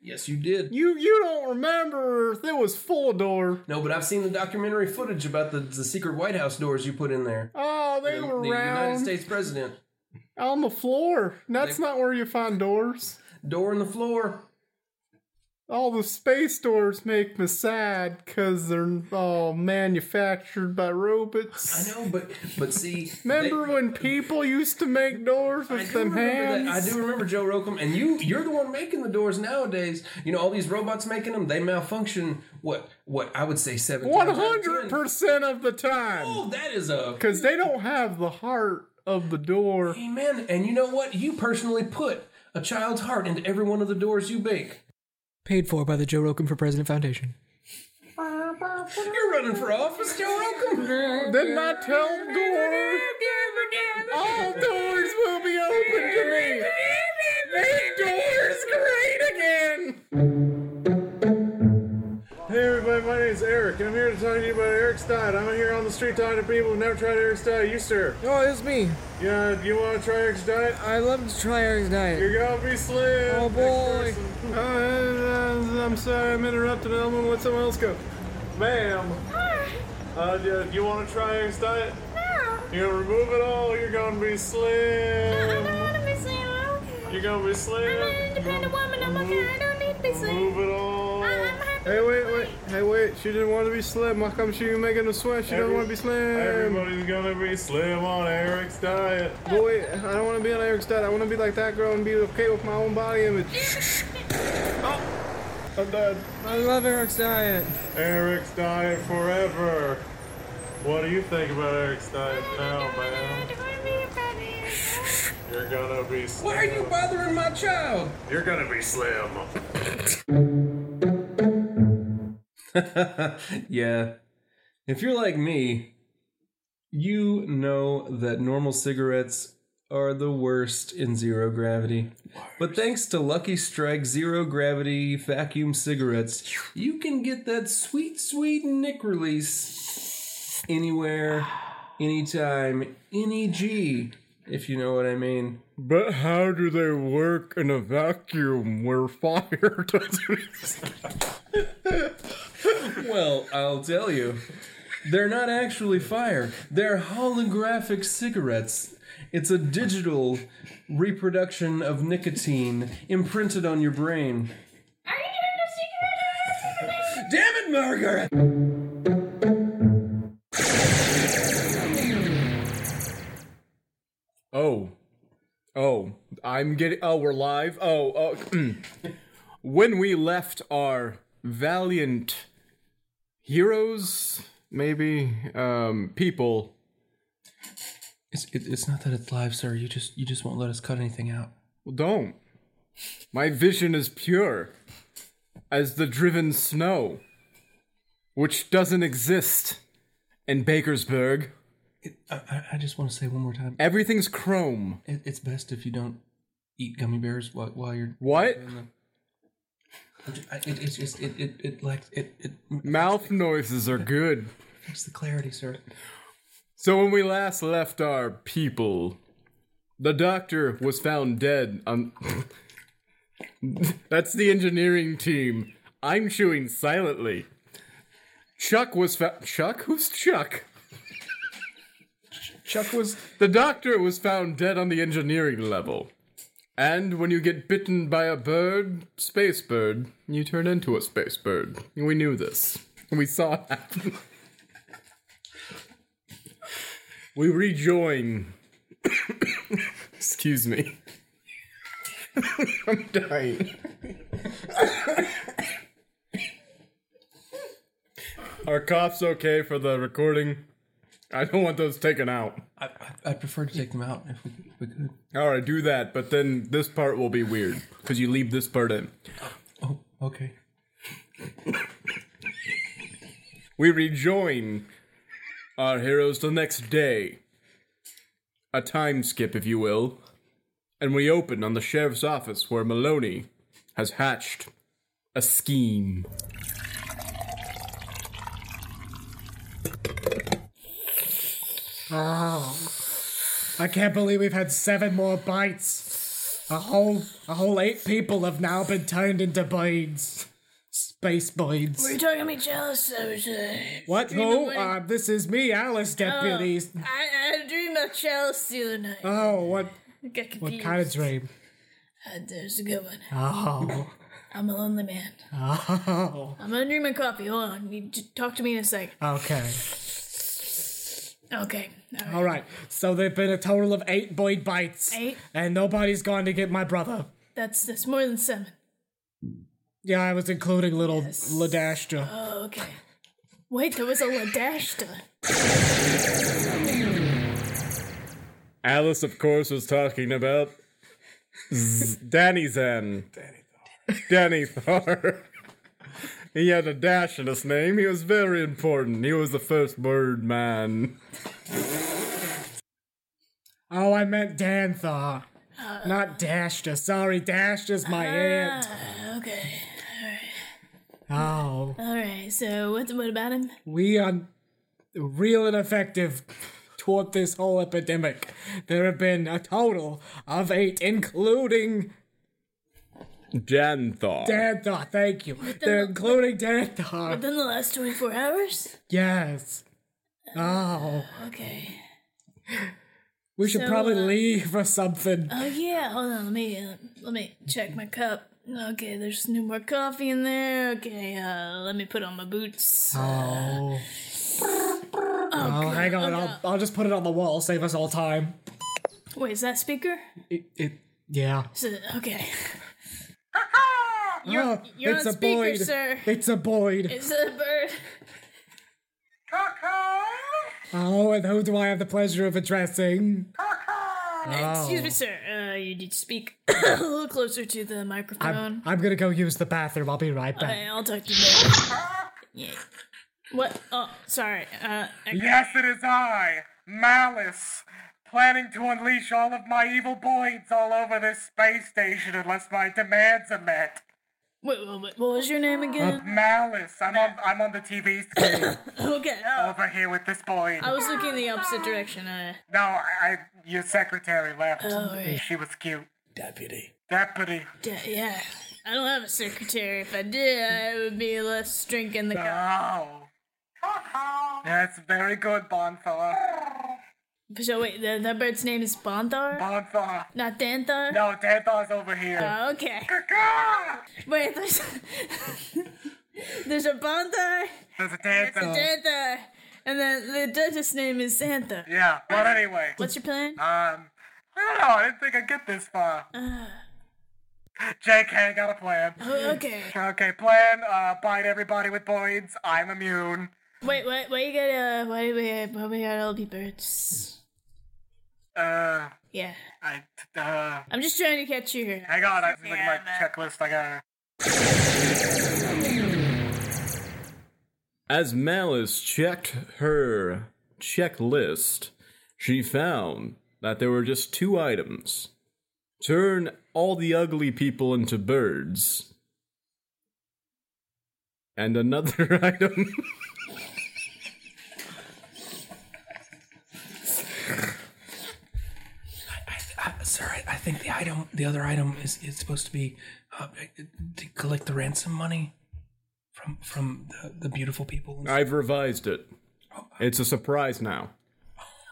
Speaker 2: yes, you did.
Speaker 10: You you don't remember Earth? It was full of doors.
Speaker 2: No, but I've seen the documentary footage about the, the secret White House doors you put in there.
Speaker 10: Oh, they
Speaker 2: The
Speaker 10: were
Speaker 2: United
Speaker 10: round
Speaker 2: States president.
Speaker 10: on the floor. That's not where you find doors.
Speaker 2: Door in the floor.
Speaker 10: All the space doors make me sad because they're all manufactured by
Speaker 2: I
Speaker 10: robots.
Speaker 2: know, but but see,
Speaker 10: Remember when people used to make doors with them
Speaker 2: remember
Speaker 10: hands?
Speaker 2: that. I do remember Joe Rokum, and you you're the one making the doors nowadays. You know all these robots making them. They malfunction. What what I would say seven.
Speaker 10: One
Speaker 2: times out of
Speaker 10: hundred
Speaker 2: 10.
Speaker 10: percent of the time,
Speaker 2: Oh, that is a
Speaker 10: because they don't have the heart of the door.
Speaker 2: amen. And you know what? You personally put a child's heart into every one of the doors you bake.
Speaker 6: Paid for by the Joe Rogan for President Foundation.
Speaker 2: You're running for office, Joe Rokum.
Speaker 10: Didn't I tell door? All doors will be open to me. Make doors great again.
Speaker 5: Hey everybody, my name's Eric, and I'm here to talk to you about Eric's Diet. I'm out here on the street talking to people who've never tried Eric's Diet. You, sir,
Speaker 14: Oh, it's me.
Speaker 5: yeah, you want to try Eric's Diet?
Speaker 14: I love to try Eric's diet.
Speaker 5: You're gonna be slim. Uh,
Speaker 14: Oh, boy.
Speaker 5: I'm sorry, I'm interrupted. I'm gonna let someone else go. Ma'am, uh, do you want to try Eric's Diet? You're gonna remove it all. You're gonna be slim. You're gonna be slim. Remove it all.
Speaker 10: Hey, wait, wait, hey, wait. She didn't want to be slim. How come she making a sweat? She
Speaker 5: Every-
Speaker 10: don't want to be slim.
Speaker 5: Everybody's gonna be slim on Eric's diet.
Speaker 10: But wait, I don't want to be on Eric's diet. I want to be like that girl and be okay with my own body image. Oh,
Speaker 5: I'm dead.
Speaker 14: I love Eric's diet.
Speaker 5: Eric's diet forever. What do you think about Eric's diet now, man? You're gonna be slim.
Speaker 2: Why are you bothering my child?
Speaker 5: You're gonna be slim.
Speaker 2: yeah. If you're like me, you know that normal cigarettes are the worst in zero gravity. But thanks to Lucky Strike zero gravity vacuum cigarettes, you can get that sweet, sweet Nick release anywhere, anytime, any G, if you know what I mean.
Speaker 3: But how do they work in a vacuum where fire doesn't exist?
Speaker 2: Well, I'll tell you. They're not actually fire. They're holographic cigarettes. It's a digital reproduction of nicotine imprinted on your brain. Damn it, Margaret!
Speaker 3: Oh. Oh. I'm getting. Oh, we're live? Oh, oh. when we left our valiant heroes, maybe, um, people.
Speaker 4: It's, it, it's not that it's live, sir. You just you just won't let us cut anything out.
Speaker 3: Well, don't. My vision is pure as the driven snow, which doesn't exist in Bakersburg.
Speaker 4: I, I, I just want to say one more time.
Speaker 3: Everything's chrome.
Speaker 4: It, it's best if you don't eat gummy bears while, while you're.
Speaker 3: What?
Speaker 4: I, it, it's just it it it lacks it it
Speaker 3: Mouth noises are good.
Speaker 4: affects the clarity, sir.
Speaker 3: So when we last left our people, the doctor was found dead on That's the engineering team. I'm chewing silently. Chuck was found Chuck? Who's Chuck?
Speaker 2: Chuck was.
Speaker 3: The doctor was found dead on the engineering level. And when you get bitten by a bird, space bird, you turn into a space bird. We knew this. We saw it happen. we rejoin. Excuse me. I'm dying. Are coughs okay for the recording? I don't want those taken out.
Speaker 4: I'd prefer to take them out if we, if we could.
Speaker 3: All right, do that, but then this part will be weird because you leave this part in.
Speaker 4: Okay.
Speaker 3: We rejoin our heroes the next day, a time skip, if you will, and we open on the sheriff's office where Maloney has hatched a scheme.
Speaker 1: Oh, I can't believe we've had seven more bites. A whole, a whole eight people have now been turned into birds, space birds.
Speaker 7: Were you talking to me, Chalice? I was, uh,
Speaker 1: What?
Speaker 7: dreaming
Speaker 1: Who?
Speaker 7: when-
Speaker 1: Uh, this is me, Alice, deputies.
Speaker 7: Oh, I, I had a dream about Chalice the other night.
Speaker 1: Oh, what?
Speaker 7: I got confused.
Speaker 1: What kind of dream?
Speaker 7: Uh, there's a good one.
Speaker 1: Oh,
Speaker 7: I'm a lonely man.
Speaker 1: oh.
Speaker 7: I'm gonna drink my coffee. Hold on. You j- talk to me in a second.
Speaker 1: Okay.
Speaker 7: Okay.
Speaker 1: All right. So there've been a total of eight Boyd bites,
Speaker 7: Eight?
Speaker 1: and nobody's gone to get my brother.
Speaker 7: That's that's more than seven.
Speaker 1: Yeah, I was including little Ladashtra.
Speaker 7: Oh, okay. Wait, there was a Ladashta.
Speaker 3: Alice, of course, was talking about Z- Danny Zen. Danny Thor. he had a dash in his name. He was very important. He was the first bird man.
Speaker 1: Oh, I meant Danthar. Not Dashta. Sorry, Dashta's my aunt.
Speaker 7: Ah, okay.
Speaker 1: Oh.
Speaker 7: All right. So what what about him?
Speaker 1: We are real and effective toward this whole epidemic. There have been a total of eight, including
Speaker 3: Janthar.
Speaker 1: Danthar. Thank you. They're including Danthar.
Speaker 7: Within the last 24 hours?
Speaker 1: Yes. Oh.
Speaker 7: Okay.
Speaker 1: We should
Speaker 7: So,
Speaker 1: probably
Speaker 7: uh,
Speaker 1: leave or something.
Speaker 7: Oh yeah. Hold on. Let me uh, let me check my cup. Okay. There's no more coffee in there. Okay. Uh, let me put on my boots.
Speaker 1: Oh. Oh, hang on. I'll, I'll just put it on the wall. Save us all time.
Speaker 7: Wait, is that speaker?
Speaker 1: Yeah.
Speaker 7: Is it- okay.
Speaker 1: You're,
Speaker 7: you're
Speaker 1: Ah, it's
Speaker 7: on
Speaker 1: a
Speaker 7: speaker,
Speaker 1: Boyd.
Speaker 7: sir.
Speaker 1: It's a Boyd.
Speaker 7: Is it a bird?
Speaker 15: Uh,
Speaker 1: Oh, and who do I have the pleasure of addressing?
Speaker 7: Excuse me,
Speaker 1: Oh.
Speaker 7: sir. Uh, you need to speak a little closer to the microphone.
Speaker 1: I'm, I'm gonna go use the bathroom. I'll be right back.
Speaker 7: Okay, I'll talk to you later. yeah. What? Oh, sorry. Uh, I-
Speaker 15: Yes, it is I, Malice, planning to unleash all of my evil boys all over this space station unless my demands are met. Uh,
Speaker 7: Wait, wait, wait, what was your name again?
Speaker 15: Malice, I'm on, I'm on the TV screen.
Speaker 7: okay.
Speaker 15: Over here with this boy.
Speaker 7: I was looking the opposite direction. Uh,
Speaker 15: No, I, I your secretary left.
Speaker 7: Oh, right.
Speaker 15: She was cute. Deputy. Deputy.
Speaker 7: d- yeah. I don't have a secretary. If I did, I would be less drinking the
Speaker 15: cup. That's very good, Bonfella.
Speaker 7: So wait, the, that bird's name is Bonthar?
Speaker 15: Bonthar.
Speaker 7: Not Danthar?
Speaker 15: No, Danthar's over here.
Speaker 7: Oh, okay. Wait, there's, there's a Bonthar.
Speaker 15: There's a
Speaker 7: It's a
Speaker 15: Danthar.
Speaker 7: Danthar. And then the Duchess' name is Xantha.
Speaker 15: Yeah, but anyway.
Speaker 7: What's your plan? Uh.
Speaker 15: Um, I don't know. I didn't think I'd get this far. JK, got a plan.
Speaker 7: Oh, okay.
Speaker 15: Okay, plan, uh, bite everybody with boids. I'm immune.
Speaker 7: Wait, wait, why you got uh, why do we have, why we got all the birds?
Speaker 15: Uh,
Speaker 7: Yeah,
Speaker 15: I, uh...
Speaker 7: I'm just trying to catch you here.
Speaker 15: Hang on, I was looking at my checklist. I gotta...
Speaker 3: As Malice checked her checklist, she found that there were just two items turn all the ugly people into birds, and another item.
Speaker 4: Uh, sir, I, I think the item, the other item, is is supposed to be uh, to collect the ransom money from from the, the beautiful people.
Speaker 3: I've revised it. It's a surprise now.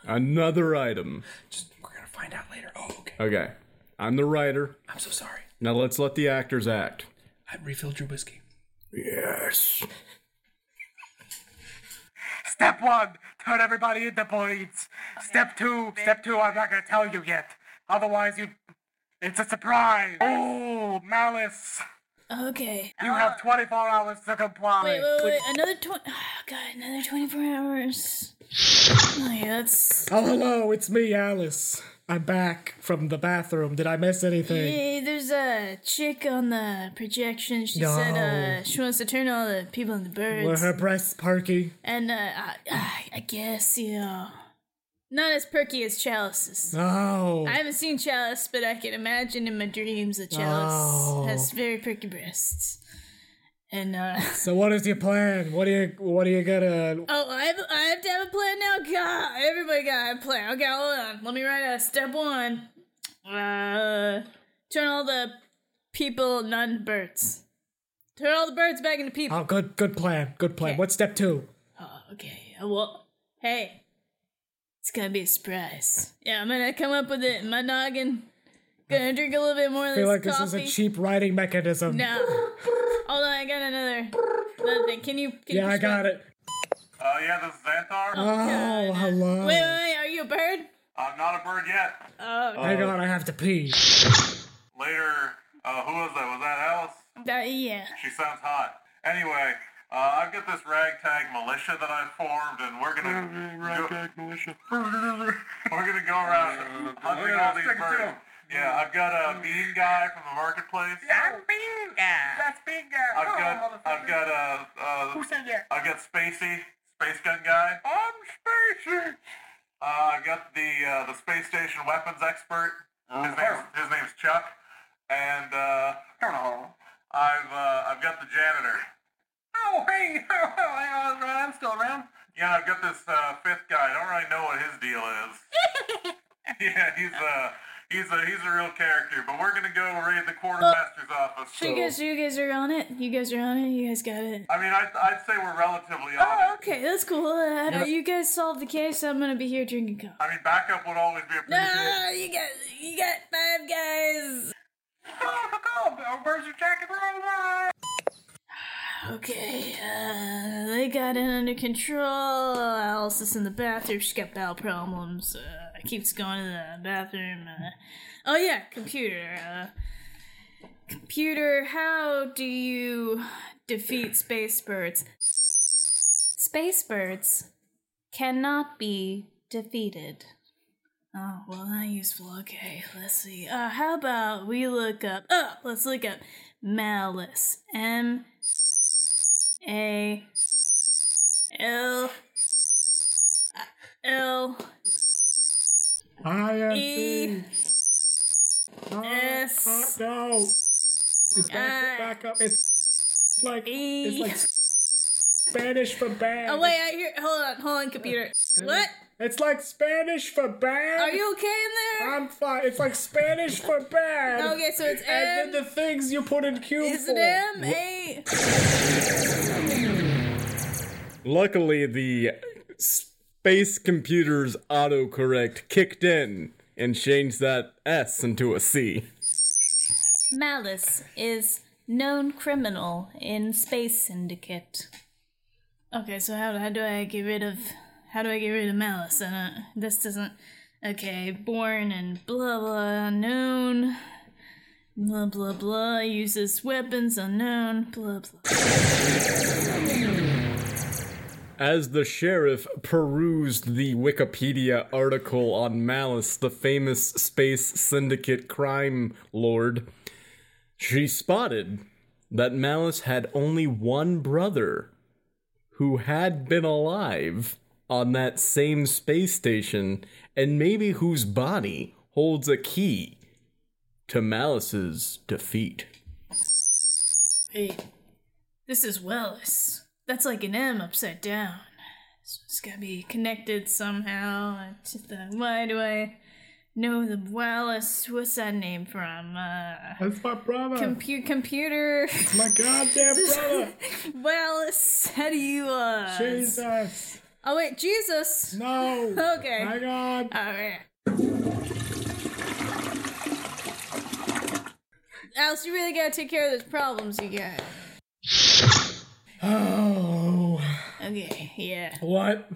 Speaker 3: Another item.
Speaker 4: Just we're gonna find out later. Oh, okay.
Speaker 3: Okay. I'm the writer.
Speaker 4: I'm so sorry.
Speaker 3: Now let's let the actors act.
Speaker 4: I refilled your whiskey.
Speaker 3: Yes.
Speaker 15: Step one, turn everybody into blades. Step two, step two, I'm not gonna tell you yet. Otherwise, you. It's a surprise. Oh, malice.
Speaker 7: Okay.
Speaker 15: You have 24 hours to comply.
Speaker 7: Wait, wait, wait. Another 20. Oh, God, another 24 hours. Oh, yeah, that's.
Speaker 1: Oh, hello, it's me, Alice. I'm back from the bathroom. Did I miss anything?
Speaker 7: Hey, there's a chick on the projection. She said
Speaker 1: No.
Speaker 7: uh, she wants to turn all the people into birds.
Speaker 1: Were her breasts perky?
Speaker 7: And uh, I, I- I guess, you know, not as perky as Chalice's.
Speaker 1: No.
Speaker 7: I haven't seen Chalice, but I can imagine in my dreams that Chalice
Speaker 1: Oh.
Speaker 7: has very perky breasts. And, uh,
Speaker 1: So what is your plan? What are you what are you gonna
Speaker 7: oh, I have, I have to have a plan now? God, everybody got a plan. Okay, hold on. Let me write a step one. Uh, turn all the people, non birds. Turn all the birds back into people.
Speaker 1: Oh good good plan. Good plan. What's step two?
Speaker 7: Oh, okay. Well, hey, it's gonna be a surprise. Yeah, I'm gonna come up with it in my noggin. Gonna drink a little bit more
Speaker 1: I
Speaker 7: of
Speaker 1: feel
Speaker 7: this
Speaker 1: like this
Speaker 7: coffee.
Speaker 1: is a cheap writing mechanism.
Speaker 7: No. Hold on, I got another, another thing. Can you? Can
Speaker 1: Yeah,
Speaker 7: you
Speaker 1: I got it.
Speaker 8: Uh, yeah, this is Xanthar.
Speaker 1: Oh, hello.
Speaker 7: Wait, wait, wait. Are you a bird?
Speaker 8: I'm not a bird yet.
Speaker 7: Oh, okay.
Speaker 1: Hang on, I have to pee.
Speaker 8: Later, uh, who was that? Was that Alice?
Speaker 7: That- yeah.
Speaker 8: She sounds hot. Anyway, uh, I've got this ragtag militia that I've formed, and we're
Speaker 15: Mm-hmm,
Speaker 1: Mm-hmm,
Speaker 8: gonna ragtag militia. we're gonna go around hunting all these birds. Yeah, I've got
Speaker 15: Mm-hmm.
Speaker 8: a bean guy from the marketplace.
Speaker 15: That's bingo. That's bingo.
Speaker 8: I've got I've got a uh,
Speaker 15: Oh, Who said that?
Speaker 8: I've got Spacey, space gun guy.
Speaker 15: I'm Spacey.
Speaker 8: Uh, I got the uh, the space station weapons expert.
Speaker 15: Uh-huh.
Speaker 8: His name's his name's Chuck, and uh, I've uh, I've got the janitor.
Speaker 15: Oh, hey, I was right. I'm still around.
Speaker 8: Yeah, I've got this uh, fifth guy. I don't really know what his deal is. yeah, he's uh, he's a he's a real character. But we're gonna go raid the quartermaster's office.
Speaker 7: So you guys, you guys are on it. You guys are on it. You guys got it.
Speaker 8: I mean, I I'd say we're relatively on.
Speaker 7: Oh, okay, that's cool. Uh, You guys solve the case. I'm gonna be here drinking coffee.
Speaker 8: I mean, backup would always be appreciated.
Speaker 7: No, you got, you got five guys.
Speaker 15: Where's your jacket?
Speaker 7: Okay, uh, they got it under control. Alice is in the bathroom. She's got bowel problems. Uh, keeps going to the bathroom. Uh, oh, yeah, computer. Uh, computer, how do you defeat space birds? Space birds cannot be defeated. Oh, well, not useful. Okay, let's see. Uh, how about we look up. Oh, let's look up malice. M A L L
Speaker 1: I am
Speaker 7: E S
Speaker 1: Oh, No. It's back,
Speaker 7: Uh,
Speaker 1: back up. It's like it's
Speaker 7: E.
Speaker 1: like Spanish for bad.
Speaker 7: Oh wait, I hear. Hold on, hold on, computer. What?
Speaker 1: It's like Spanish for bad.
Speaker 7: Are you okay in there?
Speaker 1: I'm fine. It's like Spanish for bad.
Speaker 7: Okay, so it's
Speaker 1: And then the things you put in Q
Speaker 7: Is it M A?
Speaker 3: Luckily, the space computer's autocorrect kicked in and changed that S into a C.
Speaker 7: Malice is known criminal in Space Syndicate. Okay, so how, how do I get rid of how do I get rid of malice? And uh, this doesn't. Okay, born and blah blah unknown. Blah blah blah uses weapons unknown. Blah blah.
Speaker 3: As the sheriff perused the Wikipedia article on Malice, the famous space syndicate crime lord, she spotted that Malice had only one brother who had been alive on that same space station and maybe whose body holds a key to Malice's defeat.
Speaker 7: Hey, this is Wellis. That's like an M upside down. So it's gotta be connected somehow. I just thought, why do I know the Wellis? What's that name from? Uh,
Speaker 1: That's my brother.
Speaker 7: compu- computer.
Speaker 1: my goddamn brother.
Speaker 7: Wellis, how do you, uh.
Speaker 1: Jesus.
Speaker 7: Oh, wait, Jesus!
Speaker 1: No!
Speaker 7: okay.
Speaker 1: Hang on.
Speaker 7: Alright. Alice, you really gotta take care of those problems you got.
Speaker 1: Oh,
Speaker 7: Okay, yeah.
Speaker 1: what?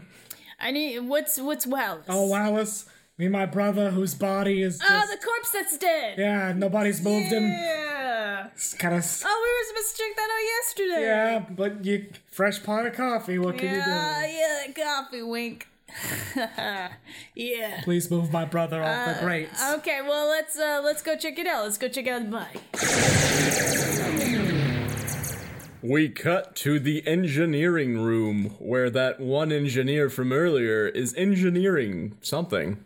Speaker 7: I need. What's what's Wallace?
Speaker 1: Oh, Alice, me and my brother, whose body is
Speaker 7: Oh,
Speaker 1: just
Speaker 7: the corpse that's dead.
Speaker 1: yeah, nobody's moved him.
Speaker 7: Yeah.
Speaker 1: It's kind of
Speaker 7: Oh, we were supposed to check that out yesterday.
Speaker 1: yeah, but you fresh pot of coffee. What can
Speaker 7: yeah,
Speaker 1: you
Speaker 7: yeah, that coffee wink. yeah.
Speaker 1: do? Please move my brother off
Speaker 7: Uh,
Speaker 1: the grates.
Speaker 7: Okay, well let's uh let's go check it out. Let's go check out the body.
Speaker 3: We cut to the engineering room where that one engineer from earlier is engineering something.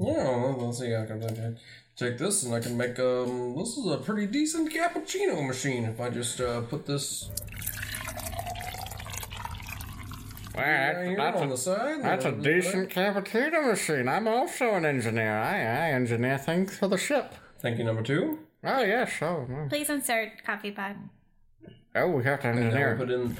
Speaker 2: Yeah, well, let's see. I can check, check this, and I can make um. This is a pretty decent cappuccino machine. If I just uh, put this
Speaker 16: that's,
Speaker 2: here
Speaker 16: that's
Speaker 2: on
Speaker 16: a,
Speaker 2: the side,
Speaker 16: that's a
Speaker 2: and then-
Speaker 16: decent cappuccino machine. I'm also an engineer. I, I engineer things for the ship.
Speaker 2: Thank you, number two.
Speaker 16: Oh, yes. Oh, no.
Speaker 17: Please insert coffee pod.
Speaker 16: oh we have to
Speaker 2: now
Speaker 16: engineer.
Speaker 2: we put in.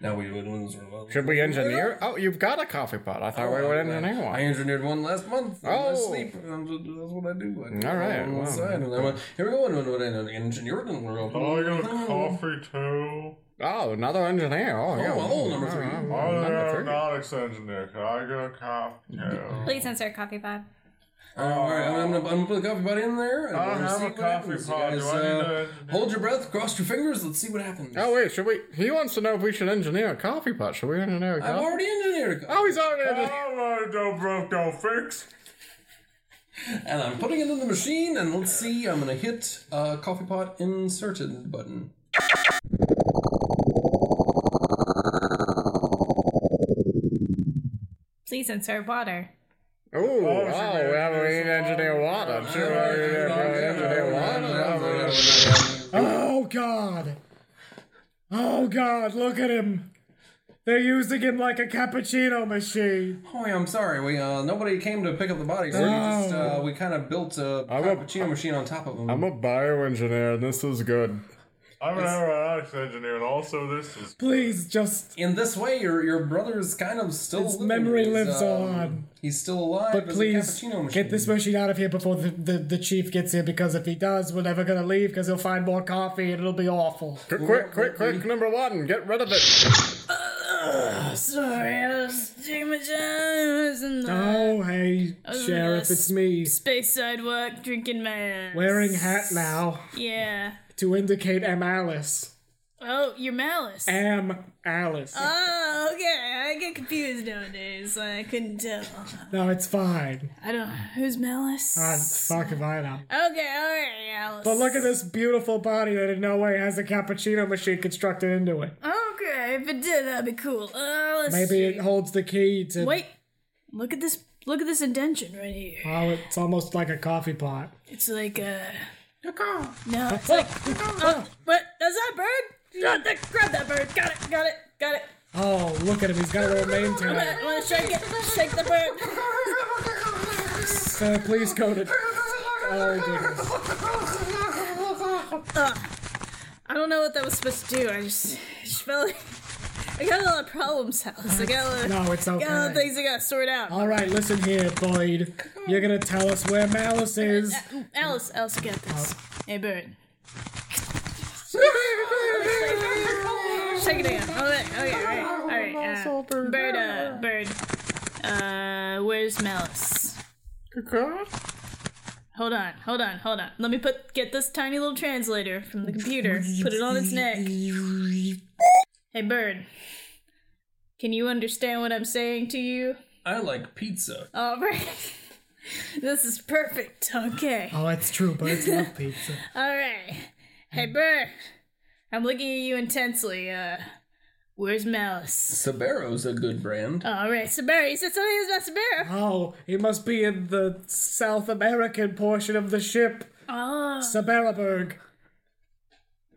Speaker 2: Now we would lose. Oh,
Speaker 16: Should we engineer? Oh, you've got a coffee pot. I thought we would engineer one.
Speaker 2: I engineeered one last month. in my
Speaker 16: Oh.
Speaker 2: sleep. Um, That's what I do. I
Speaker 16: All
Speaker 2: do it
Speaker 16: right,
Speaker 2: On one
Speaker 16: well.
Speaker 2: side, and I went, here we go. And what an engineer it. And we're
Speaker 16: Oh, I got
Speaker 2: a
Speaker 16: coffee
Speaker 8: too.
Speaker 16: Oh, another engineer. Oh, yeah.
Speaker 8: I'm
Speaker 16: Oh,
Speaker 8: the
Speaker 16: number three.
Speaker 8: aeronautics engineer. Can I get a cocktail?
Speaker 17: Please insert coffee pod.
Speaker 2: all right, I'm gonna, I'm gonna put the coffee pot in there. And
Speaker 8: I
Speaker 2: we're gonna
Speaker 8: have
Speaker 2: see
Speaker 8: a
Speaker 2: what
Speaker 8: coffee
Speaker 2: happens. You
Speaker 8: pot. Do
Speaker 2: Guys,
Speaker 8: I need
Speaker 2: uh, hold your breath, cross your fingers. Let's see what happens.
Speaker 16: Oh wait, should we? He wants to know if we should engineer a coffee pot. Should we engineer a coffee?
Speaker 2: I've already engineered.
Speaker 16: Oh, he's already.
Speaker 8: Alright, Oh, don't broke, don't fix.
Speaker 2: And I'm putting it in the machine, and let's see. I'm gonna hit uh, coffee pot inserted button.
Speaker 17: Please insert water.
Speaker 16: Ooh, oh, well, we need engineer water. Should we engineer engineer water?
Speaker 1: Oh God! Oh God! Look at him. They're using him like a cappuccino machine.
Speaker 2: Oh, yeah, I'm sorry. We uh, nobody came to pick up the body, so we just uh, we kind of built a cappuccino machine on top of him.
Speaker 16: I'm a bioengineer, and this is good.
Speaker 8: I'm an aeronautics engineer, and also this is.
Speaker 1: Please, just
Speaker 2: in this way, your your brother's kind of still.
Speaker 1: His
Speaker 2: living.
Speaker 1: memory
Speaker 2: He's,
Speaker 1: lives
Speaker 2: um,
Speaker 1: on.
Speaker 2: He's still alive.
Speaker 1: But
Speaker 2: as a
Speaker 1: please
Speaker 2: cappuccino machine.
Speaker 1: get this machine out of here before the, the, the chief gets here. Because if he does, we're never gonna leave. Because he'll find more coffee and it'll be awful.
Speaker 16: Quick, quick, quick, quick! Number one, get rid of it.
Speaker 7: Ugh, sorry, I was taking my time. I was in the
Speaker 1: Oh hey,
Speaker 7: I was in
Speaker 1: sheriff,
Speaker 7: the
Speaker 1: it's me.
Speaker 7: Space sidewalk drinking my ass.
Speaker 1: Wearing hat now
Speaker 7: Yeah.
Speaker 1: to indicate am Alice.
Speaker 7: Oh, your malice.
Speaker 1: Am Alice.
Speaker 7: Oh, okay. I get confused nowadays. I couldn't tell.
Speaker 1: No, it's fine.
Speaker 7: I don't. Who's malice?
Speaker 1: Ah, fuck if I know.
Speaker 7: Okay, all right, Alice.
Speaker 1: But look at this beautiful body that in no way has a cappuccino machine constructed into it.
Speaker 7: Okay, if it did, that'd be cool. Uh, let's
Speaker 1: Maybe it holds the key
Speaker 7: see.
Speaker 1: to.
Speaker 7: Wait. Look at this. Look at this indention right here.
Speaker 1: Oh, it's almost like a coffee pot.
Speaker 7: It's like a. No, it's like. Oh, what? Is that a bird? Grab that- Grab that bird. Got it. Got it. Got it.
Speaker 1: Oh, look at him. He's got a little name
Speaker 7: I'm
Speaker 1: tag.
Speaker 7: gonna, I'm gonna shake it. Shake the bird.
Speaker 1: Sir, please go to. Oh, goodness.
Speaker 7: Ugh. I don't know what that was supposed to do. I just, I just felt like I got a lot of problems, Alice. I got a lot.
Speaker 1: No, it's
Speaker 7: Got a lot of
Speaker 1: okay.
Speaker 7: things I got to sort out.
Speaker 1: All right, listen here, Boyd. You're gonna tell us where Malice is.
Speaker 7: Ooh, Uh, mm, Alice, Alice, get this. Hey, bird. Shake it again. All right, okay, all right, all right. Uh, bird, uh, bird. Uh, where's Malice? Hold on, hold on, hold on. Let me put get this tiny little translator from the computer. Put it on its neck. Hey, bird. Can you understand what I'm saying to you?
Speaker 2: I like pizza.
Speaker 7: All right. this is perfect. Okay.
Speaker 1: Oh, that's true, but it's love pizza.
Speaker 7: All right. Hey,
Speaker 10: Hmm.
Speaker 7: Bert. I'm looking at you intensely. Uh, where's Malice? Oh,
Speaker 2: Sabero's a good brand.
Speaker 7: All right, Sabera. You said something about Sabera.
Speaker 10: Uh,
Speaker 1: Oh, he must be in the South American portion of the ship.
Speaker 7: Oh,
Speaker 1: Saberaberg.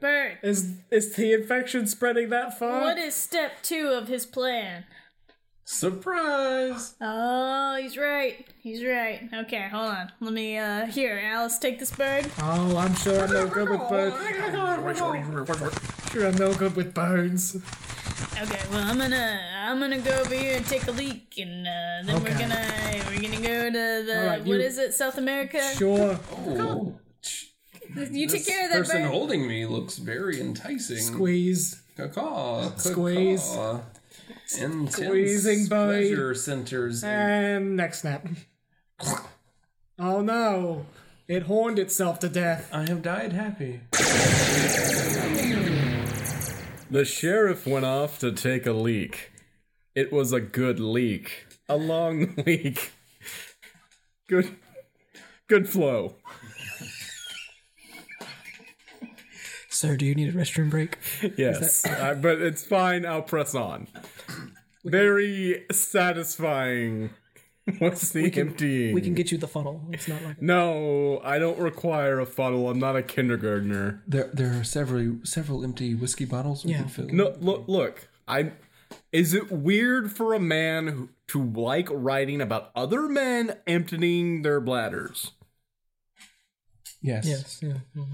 Speaker 7: Bert.
Speaker 1: Is is the infection spreading that far?
Speaker 7: What is step two of his plan?
Speaker 2: Surprise!
Speaker 7: Oh, he's right. He's right. Okay, hold on. Let me, uh, here, Alice, take this bird.
Speaker 1: Oh, I'm sure I'm no good with birds. Sure, I'm no good with birds.
Speaker 7: Okay, well I'm gonna I'm gonna go over here and take a leak, and uh, then we're
Speaker 10: Okay.
Speaker 7: gonna we're gonna go to the
Speaker 10: All
Speaker 7: what
Speaker 10: right,
Speaker 7: is
Speaker 10: you-
Speaker 7: it South America?
Speaker 1: Sure.
Speaker 2: Oh,
Speaker 7: You take
Speaker 2: this
Speaker 7: care of that
Speaker 2: person
Speaker 7: bird.
Speaker 2: holding me looks very enticing.
Speaker 1: Squeeze.
Speaker 2: Caw-caw,
Speaker 1: Squeeze.
Speaker 2: caw-caw. Intense
Speaker 1: Squeezing, buddy.
Speaker 2: pleasure centers.
Speaker 1: And next snap. Oh no. It horned itself to death.
Speaker 2: I have died happy.
Speaker 3: The sheriff went off to take a leak. It was a good leak. A long leak. Good good flow.
Speaker 6: Sir, do you need a restroom break?
Speaker 3: Yes.
Speaker 6: Is that-
Speaker 3: uh, but it's fine, I'll press on. Very satisfying. What's the
Speaker 6: we can,
Speaker 3: emptying?
Speaker 6: We can get you the funnel. It's not like
Speaker 3: No, I don't require a funnel. I'm not a kindergartner.
Speaker 2: There, there are several several empty whiskey bottles we can fill.
Speaker 3: No, look, look. I is it weird for a man who, to like writing about other men emptying their bladders?
Speaker 2: Yes.
Speaker 6: Yes. Yeah. mhm.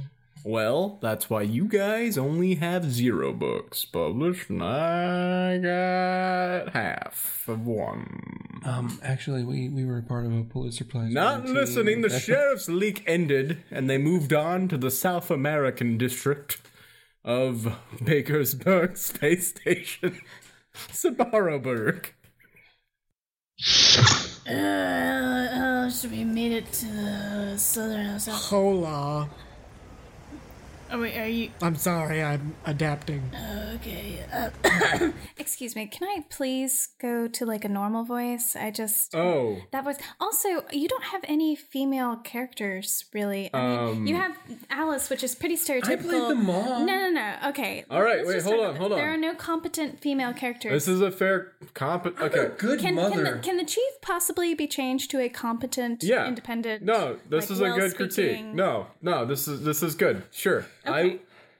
Speaker 3: Well, that's why you guys only have zero books published, and I got half of one.
Speaker 2: Um, actually, we we were a part of a Pulitzer Prize.
Speaker 3: Not
Speaker 2: winning
Speaker 3: listening, the
Speaker 2: team.
Speaker 3: sheriff's leak ended, and they moved on to the South American district of Bakersburg Space Station, Sabaroburg.
Speaker 7: Uh, oh, should we made it to the southern south?
Speaker 1: Hola.
Speaker 17: Oh,
Speaker 7: Are, we, are you
Speaker 1: I'm sorry, I'm adapting.
Speaker 7: okay? Uh,
Speaker 17: Excuse me, can I please go to like a normal voice? I just
Speaker 3: Oh.
Speaker 17: that was also you don't have any female characters really. I mean,
Speaker 3: Um,
Speaker 17: you have Alice, which is pretty stereotypical.
Speaker 3: the mom.
Speaker 17: No, no, no. Okay.
Speaker 3: All right,
Speaker 17: let's
Speaker 3: wait,
Speaker 17: just
Speaker 3: hold
Speaker 17: talk
Speaker 3: on,
Speaker 17: about-
Speaker 3: hold on.
Speaker 17: There are no competent female characters.
Speaker 3: This is a fair comp. Okay, good
Speaker 17: can, Can the, can the chief possibly be changed to a competent,
Speaker 3: Yeah.
Speaker 17: independent?
Speaker 3: No, this
Speaker 17: like,
Speaker 3: is a good critique.
Speaker 17: well-speaking-
Speaker 3: No, no, this is this is good. Sure, I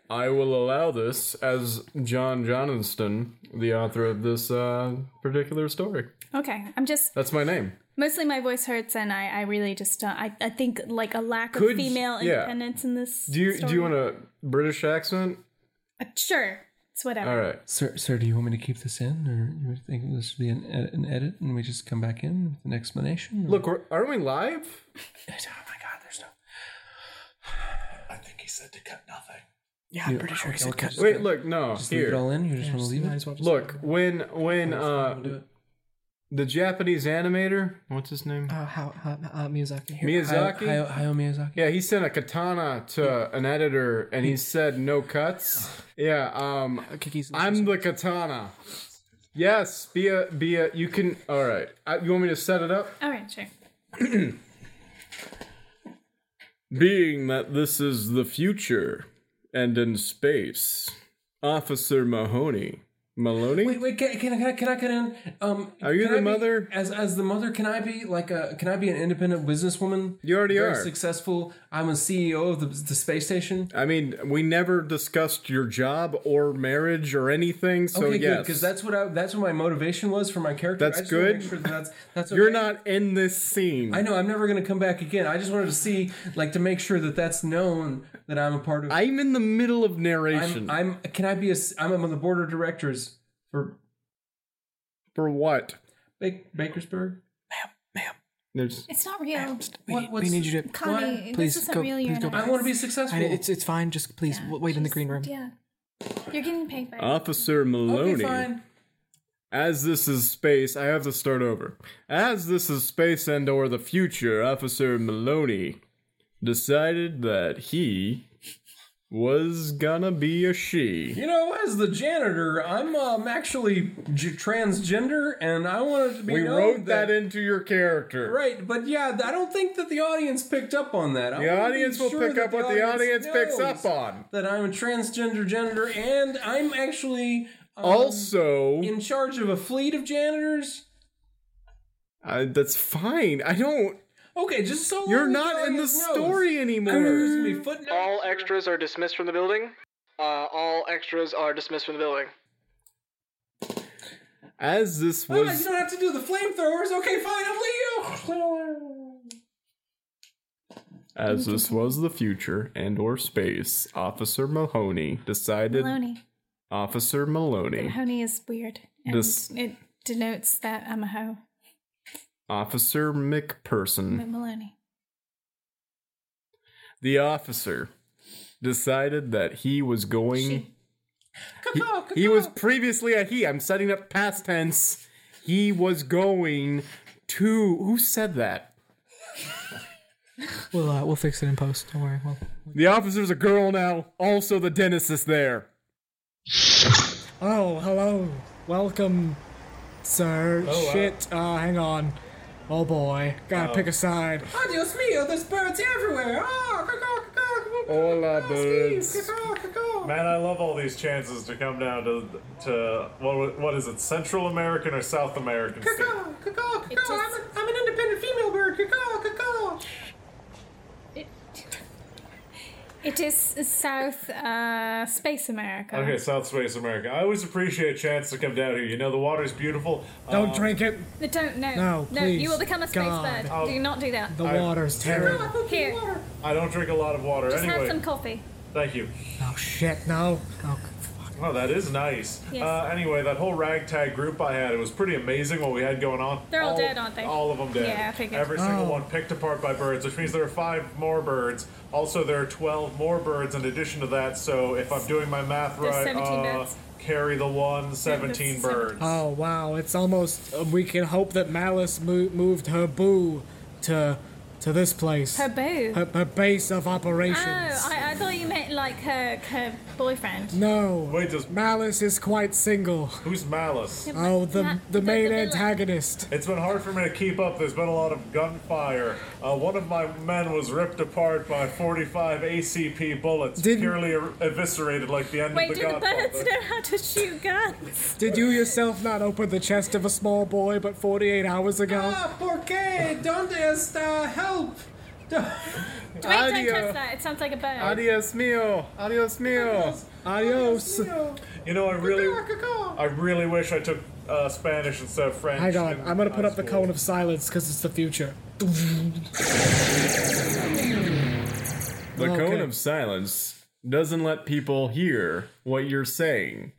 Speaker 3: I will allow this as John Johnston, the author of this uh, particular story.
Speaker 17: Okay, I'm just
Speaker 3: That's my name.
Speaker 17: mostly my voice hurts, and I, I really just uh, I I think like a lack
Speaker 3: Could-
Speaker 17: of female
Speaker 3: yeah.
Speaker 17: independence in this.
Speaker 3: Do you do you
Speaker 17: story.
Speaker 3: want a British accent?
Speaker 17: Uh, sure, it's whatever.
Speaker 3: All right.
Speaker 2: Sir, sir, do you want me to keep this in, or you would think this should be an, ed- an edit, and we just come back in with an explanation?
Speaker 3: Look, we're, aren't we live?
Speaker 8: I think he said to cut nothing.
Speaker 6: Yeah, I'm pretty sure he said cut.
Speaker 3: Wait, look, no,
Speaker 2: Just
Speaker 3: here.
Speaker 2: leave it all in. You just want to leave it.
Speaker 3: Look, when when uh the Japanese animator, what's his name?
Speaker 6: Uh, how, how, uh, Miyazaki.
Speaker 3: Miyazaki.
Speaker 2: Hayao- Hayao Miyazaki.
Speaker 3: Yeah, he sent a katana to an editor, and he said no cuts. Yeah. Um, I'm the katana. Yes, be a be a. You can. All right. I, you want me to set it up?
Speaker 17: All right, sure.
Speaker 3: Being that this is the future and in space, Officer Mahoney. Maloney?
Speaker 2: Wait, wait, can, can, I- can, I, can I get in? Um,
Speaker 3: Are you
Speaker 2: can
Speaker 3: the
Speaker 2: I be-
Speaker 3: mother?
Speaker 2: as as the mother, can I be like a? Can I be an independent businesswoman?
Speaker 3: You already
Speaker 2: Very
Speaker 3: are.
Speaker 2: successful. I'm a CEO of the, the space station.
Speaker 3: I mean, we never discussed your job or marriage or anything, so
Speaker 2: okay,
Speaker 3: yes.
Speaker 2: because that's what I, that's what my motivation was for my character.
Speaker 3: That's
Speaker 2: I just wanna
Speaker 3: good.
Speaker 2: Make sure that that's that's.
Speaker 3: You're
Speaker 2: okay.
Speaker 3: not in this scene.
Speaker 2: I know I'm never going to come back again. I just wanted to see, like, to make sure that that's known that I'm a part of.
Speaker 3: I'm in the middle of narration.
Speaker 2: I'm. can I be a? s- I'm on the board of directors for
Speaker 3: for what?
Speaker 2: Bak- Bakersburg.
Speaker 3: There's
Speaker 17: It's not real.
Speaker 6: We, need- we need you to
Speaker 17: Connie, this
Speaker 6: please
Speaker 17: isn't
Speaker 6: go.
Speaker 17: real,
Speaker 6: please
Speaker 17: you're
Speaker 6: go
Speaker 17: not.
Speaker 6: back.
Speaker 17: I wanna be
Speaker 6: I-
Speaker 17: successful.
Speaker 6: it's it's fine. Just please w- wait in the green room.
Speaker 17: Yeah, you're getting paid by.
Speaker 3: Officer Maloney. As this is space, I have to start over. As this is space and or the future, Officer Maloney decided that he was gonna be a she.
Speaker 2: You know, as the janitor, I'm um, actually j- transgender, and I wanted to be.
Speaker 3: We
Speaker 2: known
Speaker 3: wrote that into your character,
Speaker 2: right? But yeah, th- I don't think that the audience picked up on that. I
Speaker 3: The
Speaker 2: wanna be
Speaker 3: audience will
Speaker 2: sure
Speaker 3: pick
Speaker 2: that
Speaker 3: up what the audience picks
Speaker 2: knows
Speaker 3: up on.
Speaker 2: That I'm a transgender janitor, and I'm actually um,
Speaker 3: Also-
Speaker 2: in charge of a fleet of janitors.
Speaker 3: Uh, that's fine. I don't.
Speaker 2: Okay, just so
Speaker 3: You're
Speaker 2: long as
Speaker 3: not in the
Speaker 2: audience knows.
Speaker 3: story anymore.
Speaker 18: All extras are dismissed from the building. Uh, all extras are dismissed from the building.
Speaker 3: As this
Speaker 2: Ah, you
Speaker 3: was
Speaker 2: don't have to do the flamethrowers. Okay, fine, I'll leave you.
Speaker 3: as this was the future and or space, Officer Mahoney decided
Speaker 17: Maloney.
Speaker 3: Officer Maloney.
Speaker 7: Honey is weird. And
Speaker 3: This-
Speaker 7: it denotes that I'm a hoe.
Speaker 3: Officer McPherson.
Speaker 7: But Maloney.
Speaker 3: the officer decided that he was going. He- he, was previously a he. I'm setting up past tense. He was going to. Who said that?
Speaker 19: We'll uh, we'll fix it in post. Don't worry. Well,
Speaker 3: The officer's a girl now. Also, the dentist is there.
Speaker 1: Oh, hello. Welcome, sir.
Speaker 10: Oh, wow.
Speaker 1: Shit. Uh, hang on. Oh boy. Gotta
Speaker 10: Oh.
Speaker 1: pick a side.
Speaker 10: Oh, Dios mio, there's birds everywhere. Oh,
Speaker 3: Hola,
Speaker 10: birds.
Speaker 5: Man, I love all these chances to come down to to what what is it, Central American or South American? state?
Speaker 10: I'm, a, I'm an independent female bird. Caw, caw, caw.
Speaker 7: It is South uh, Space America.
Speaker 5: Okay, South Space America. I always appreciate a chance to come down here. You know the water's beautiful. Uh,
Speaker 1: Don't drink it.
Speaker 7: No, Don't no.
Speaker 5: No,
Speaker 7: you
Speaker 5: please.
Speaker 7: will become a space
Speaker 5: God.
Speaker 7: bird.
Speaker 3: Oh.
Speaker 5: I'll-
Speaker 7: do not do that.
Speaker 5: The I- water's terrible.
Speaker 7: Here,
Speaker 5: I don't drink a lot of water
Speaker 7: just
Speaker 5: anyway.
Speaker 7: have some coffee.
Speaker 5: Thank you.
Speaker 1: Oh shit, no. Oh,
Speaker 5: Oh, that is nice.
Speaker 7: Yes.
Speaker 5: Uh, anyway, that whole ragtag group I had, it was pretty amazing what we had going on.
Speaker 7: They're all dead, aren't they?
Speaker 5: All of them dead.
Speaker 7: Yeah, I figured.
Speaker 5: Every single
Speaker 7: Oh.
Speaker 5: one picked apart by birds, which means there are five more birds. Also, there are 12 more birds in addition to that, so if I'm doing my math
Speaker 1: There's
Speaker 5: right,
Speaker 1: 17
Speaker 5: uh,
Speaker 1: birds.
Speaker 5: carry the one, 17 birds.
Speaker 1: Oh wow, it's almost. Uh, we can hope that Malice mo- moved her boo to to this place.
Speaker 7: Her boo.
Speaker 1: Her, her base of
Speaker 7: Oh,
Speaker 1: operations.
Speaker 7: I, I thought you meant like her her boyfriend.
Speaker 1: No. Wait, does Malice is quite single.
Speaker 5: Who's Malice?
Speaker 1: Oh, the
Speaker 7: Ma-
Speaker 1: the main antagonist.
Speaker 5: It's been hard for me to keep up. There's been a lot of gunfire. Uh, one of my men was ripped apart by 45 ACP bullets, purely er- eviscerated like the end
Speaker 7: Wait,
Speaker 5: of the
Speaker 7: do the
Speaker 5: Godfather.
Speaker 7: birds know how to shoot guns?
Speaker 1: Did you yourself not open the chest of a small boy but 48 hours ago?
Speaker 10: Ah, por qué? Donde está help?
Speaker 7: Wait, don't
Speaker 10: Adio.
Speaker 7: touch that. It sounds like a bird.
Speaker 3: Adios mio. Adios mio.
Speaker 1: Adios.
Speaker 5: You know, I really, I really wish I took uh, Spanish instead of French.
Speaker 1: Hang on,
Speaker 5: in
Speaker 1: I'm gonna
Speaker 5: high
Speaker 1: put up the
Speaker 5: school.
Speaker 1: cone of silence because it's the future.
Speaker 3: The
Speaker 1: Okay.
Speaker 3: cone of silence doesn't let people hear what you're saying.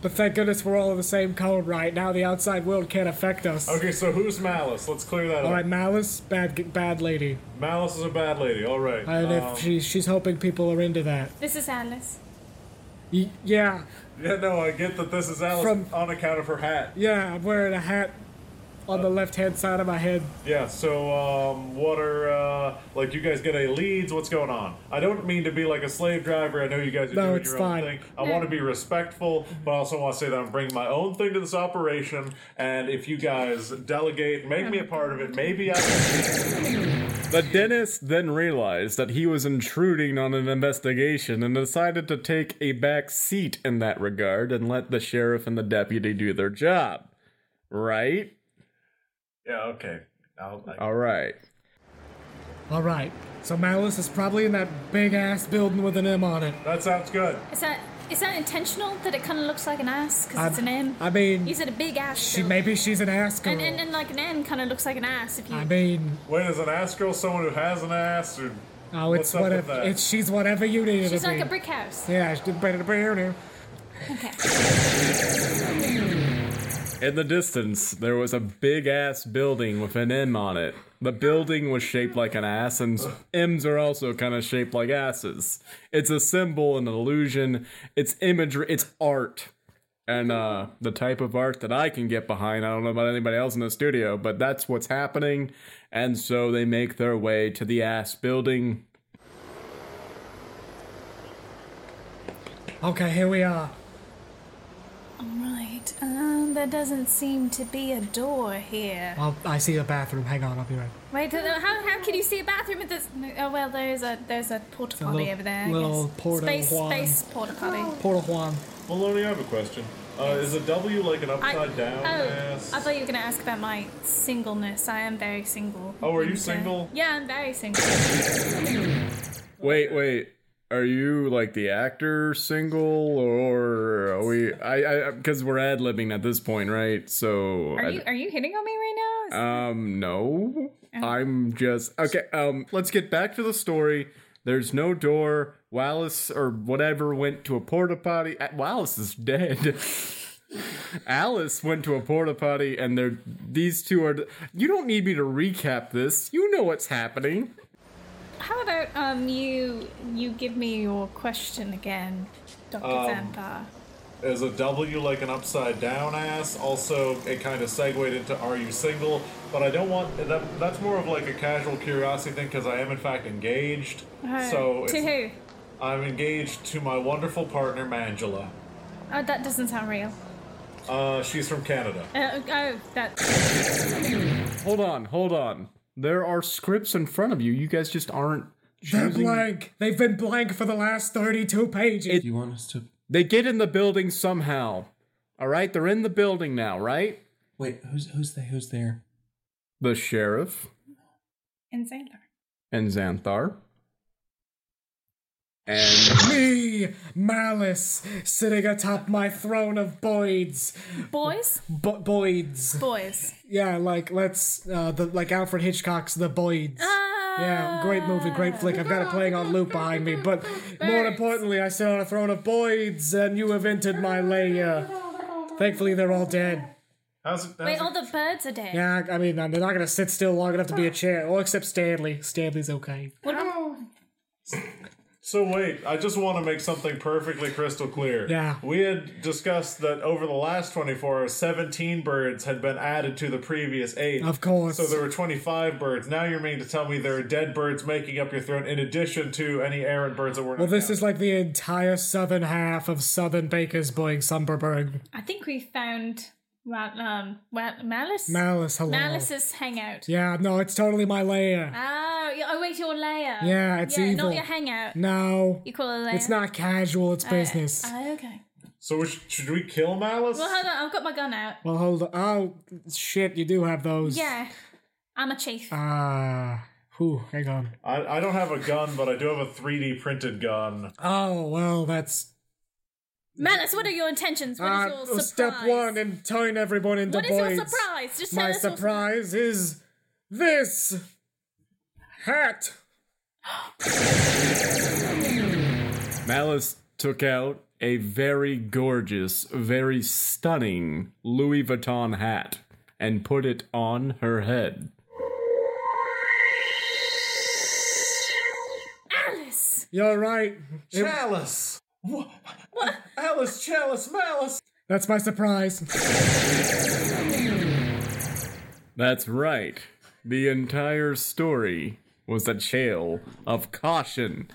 Speaker 1: But thank goodness we're all in the same cone right now. The outside world can't affect us.
Speaker 5: Okay, so who's Malice? Uh, Let's clear that
Speaker 1: All
Speaker 5: up.
Speaker 1: right, Malice, bad bad lady.
Speaker 5: Malice is a bad lady. All right.
Speaker 1: And
Speaker 5: Um,
Speaker 1: if she, she's hoping people are into that.
Speaker 7: This is Alice.
Speaker 1: Y- yeah,
Speaker 5: yeah, no, I get that this is Alice
Speaker 1: From-
Speaker 5: on account of her hat.
Speaker 1: yeah, I'm wearing a hat on
Speaker 5: Uh,
Speaker 1: the left hand side of my head.
Speaker 5: Yeah. So, um, what are uh, like you guys get a leads? What's going on? I don't mean to be like a slave driver. I know you guys are
Speaker 1: No,
Speaker 5: doing
Speaker 1: it's
Speaker 5: your
Speaker 1: fine.
Speaker 5: own thing. I
Speaker 1: No.
Speaker 5: want to be respectful, but I also want to say that I'm bringing my own thing to this operation. And if you guys delegate, make me a part of it. Maybe I.
Speaker 3: The dentist then realized that he was intruding on an investigation and decided to take a back seat in that regard and let the sheriff and the deputy do their job. Right?
Speaker 5: Yeah. Okay. I'll, I-
Speaker 3: All right.
Speaker 1: All right, so Malice is probably in that big ass building with an M on it.
Speaker 5: That sounds good.
Speaker 7: Is that is that intentional that it kind of looks like an ass because
Speaker 1: I-
Speaker 7: it's an M?
Speaker 1: I mean,
Speaker 7: you said a big ass.
Speaker 1: She
Speaker 7: though.
Speaker 1: maybe she's an ass girl.
Speaker 7: And, and and like an M kind of looks like an ass if you.
Speaker 1: I mean,
Speaker 5: Wait, is an ass girl someone who has an ass? Or
Speaker 1: oh, it's
Speaker 5: what's up with
Speaker 1: whatever.
Speaker 5: that?
Speaker 1: It's she's whatever you need her
Speaker 7: She's
Speaker 1: to
Speaker 7: like
Speaker 1: be.
Speaker 7: a brick house.
Speaker 1: Yeah, she did better to be here now.
Speaker 3: In the distance, there was a big ass building with an M on it. The building was shaped like an ass, and M's are also kind of shaped like asses. It's a symbol, an illusion, it's imagery, it's art. And uh, the type of art that I can get behind, I don't know about anybody else in the studio, but that's what's happening. And so they make their way to the ass building.
Speaker 1: Okay, here we are.
Speaker 7: All right. Um, there doesn't seem to be a door here.
Speaker 1: I'll, I see a bathroom. Hang on, I'll be right.
Speaker 7: Wait, th- th- how, how can you see a bathroom if there's no, oh well there's a there's a porta
Speaker 1: It's a
Speaker 7: potty
Speaker 1: little-
Speaker 7: over there. I
Speaker 1: little
Speaker 7: guess.
Speaker 1: porta
Speaker 7: space
Speaker 1: Juan.
Speaker 7: space porta potty.
Speaker 1: Portal Juan.
Speaker 5: Maloney, I have a question. Uh, is a W like an
Speaker 7: I,
Speaker 5: upside down
Speaker 7: oh,
Speaker 5: ass?
Speaker 7: I thought you were gonna ask about my singleness. I am very single.
Speaker 5: Oh, are you
Speaker 7: And, uh,
Speaker 5: single?
Speaker 7: yeah, I'm very single.
Speaker 3: Wait, wait. Are you like the actor single, or are we? I, I, because we're ad libbing at this point, right? So,
Speaker 7: Are
Speaker 3: I-
Speaker 7: you are you Uh-huh. hitting on me right
Speaker 1: Uh.
Speaker 7: now?
Speaker 3: Um, no. I'm just okay. Um, let's get back to the story. There's no door. Wallace or whatever went to a porta potty. A- Wallace is dead. Alice went to a porta potty, and they're these two are. You don't need me to recap this. You know what's happening.
Speaker 7: How about um you you give me your question again, Doctor
Speaker 5: Um,
Speaker 7: Zampa?
Speaker 5: Is a W like an upside down ass? Also, it kind of segued into Are You Single? But I don't want that. That's more of like a casual curiosity thing because I am in fact engaged.
Speaker 7: Uh,
Speaker 5: so
Speaker 7: to
Speaker 5: it's-
Speaker 7: who?
Speaker 5: I'm engaged to my wonderful partner Mangela.
Speaker 7: Oh, that doesn't sound real.
Speaker 5: Uh, she's from Canada.
Speaker 7: Uh, oh, that.
Speaker 3: Hold on, hold on. There are scripts in front of you. You guys just aren't.
Speaker 1: They're blank. They've been blank for the last 32 pages.
Speaker 3: you want us to? They get in the building somehow. All right, they're in the building now, right?
Speaker 20: Wait, who's who's there? Who's there?
Speaker 3: The sheriff
Speaker 7: And Xandar.
Speaker 3: and Xanthar. And
Speaker 1: Me, Malice, sitting atop my throne of Boyds.
Speaker 7: Boys?
Speaker 1: Bo- Boyds.
Speaker 7: Boys.
Speaker 1: Yeah, like let's uh, the like Alfred Hitchcock's The Boyds. yeah, great movie, great flick. I've got it playing on loop behind me, but more importantly, I sit on a throne of Boyds, and you have entered my lair. Thankfully, they're all dead.
Speaker 5: How's it?
Speaker 7: Wait, all the birds are dead.
Speaker 1: Yeah, I mean, they're not gonna sit still long enough to be a chair. Well, except Stanley. Stanley's okay.
Speaker 7: What about?
Speaker 5: So wait, I just want to make something perfectly crystal clear.
Speaker 1: Yeah.
Speaker 5: We had discussed that over the last 24 hours, 17 birds had been added to the previous 8.
Speaker 1: Of course.
Speaker 5: So there were 25 birds. Now you're meaning to tell me there are dead birds making up your throne in addition to any errant birds that were
Speaker 1: Well, this is like the entire southern half of southern Bakersburg, Sumberburg.
Speaker 7: I think we found Ra- um Ra- malice.
Speaker 1: Malice, hello.
Speaker 7: Malice's hangout.
Speaker 1: Yeah, no, it's totally my lair.
Speaker 7: Oh, yeah, oh wait, your layer.
Speaker 1: Yeah, it's
Speaker 7: yeah,
Speaker 1: evil.
Speaker 7: Not your hangout.
Speaker 1: No.
Speaker 7: You call it a layer.
Speaker 1: It's not casual, it's
Speaker 7: Uh,
Speaker 1: business.
Speaker 7: Oh, okay.
Speaker 5: So we sh- should we kill Malice?
Speaker 7: Well, hold on. I've got my gun out.
Speaker 1: well, hold on. Oh, shit, you do have those.
Speaker 7: Yeah, I'm a chief.
Speaker 1: Ah. whew, hang on.
Speaker 5: I, I don't have a gun, but I do have a 3D printed gun.
Speaker 1: Oh, well, that's.
Speaker 7: Malice, what are your intentions?
Speaker 1: Uh,
Speaker 7: What is your surprise?
Speaker 1: step one and turn everyone into
Speaker 7: What is
Speaker 1: boys.
Speaker 7: your surprise? Just tell
Speaker 1: My
Speaker 7: us your-
Speaker 1: surprise is this hat.
Speaker 3: Malice took out a very gorgeous, very stunning Louis Vuitton hat and put it on her head.
Speaker 7: Alice.
Speaker 1: You're right. It-
Speaker 5: Chalice. What? Alice, Chalice, Malice.
Speaker 1: That's my surprise.
Speaker 3: That's right. The entire story was a tale of caution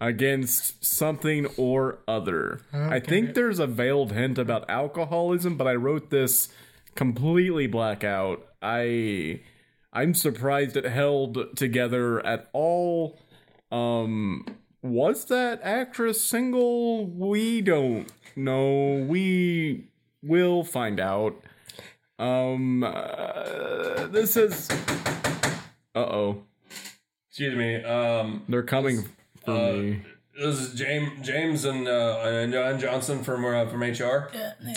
Speaker 3: against something or other. I think there's a veiled hint about alcoholism, but I wrote this completely blackout. I I'm surprised it held together at all. Um was that actress single? We don't know. We will find out. Um, uh, this is. Uh oh.
Speaker 2: Excuse me. Um,
Speaker 3: They're coming for
Speaker 2: uh,
Speaker 3: me.
Speaker 2: This is James, James and uh, and John Johnson from uh, from HR.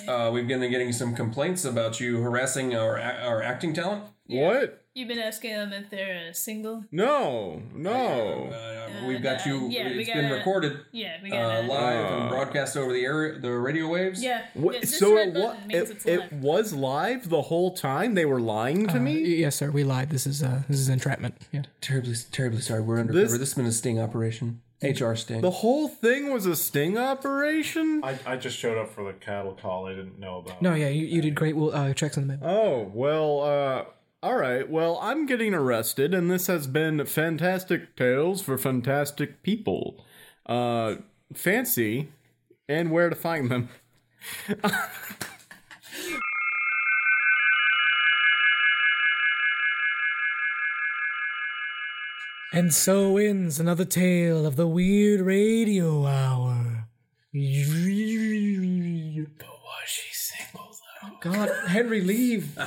Speaker 2: Uh, we've been getting some complaints about you harassing our a- our acting talent.
Speaker 3: What?
Speaker 10: You've been asking them if they're uh, single.
Speaker 3: No, no.
Speaker 2: Uh, we've got you.
Speaker 10: yeah, we
Speaker 2: it's
Speaker 10: got
Speaker 2: been
Speaker 10: a-
Speaker 2: recorded.
Speaker 10: yeah, we got
Speaker 2: uh,
Speaker 10: a-
Speaker 2: live
Speaker 3: Uh.
Speaker 2: and broadcast over the area, the radio waves.
Speaker 10: Yeah.
Speaker 3: What,
Speaker 10: Yeah, this
Speaker 3: so
Speaker 10: red
Speaker 3: it, wa-
Speaker 10: button means
Speaker 3: it,
Speaker 10: it's
Speaker 3: it
Speaker 10: live.
Speaker 3: was live the whole time. They were lying to me.
Speaker 21: Yes, sir. We lied. This is uh, this is entrapment. Yeah.
Speaker 2: Terribly, terribly sorry. We're undercover. This, has been a sting operation. HR sting.
Speaker 3: The whole thing was a sting operation.
Speaker 5: I, I just showed up for the cattle call I didn't know about.
Speaker 21: No, yeah, you, you did great. We'll uh, checks in the mail.
Speaker 3: Oh well. Uh, all right. Well, I'm getting arrested, and this has been fantastic tales for fantastic people. Uh, fancy, and where to find them.
Speaker 1: And so ends another tale of the Weird Radio Hour. Oh, God, Henry, leave.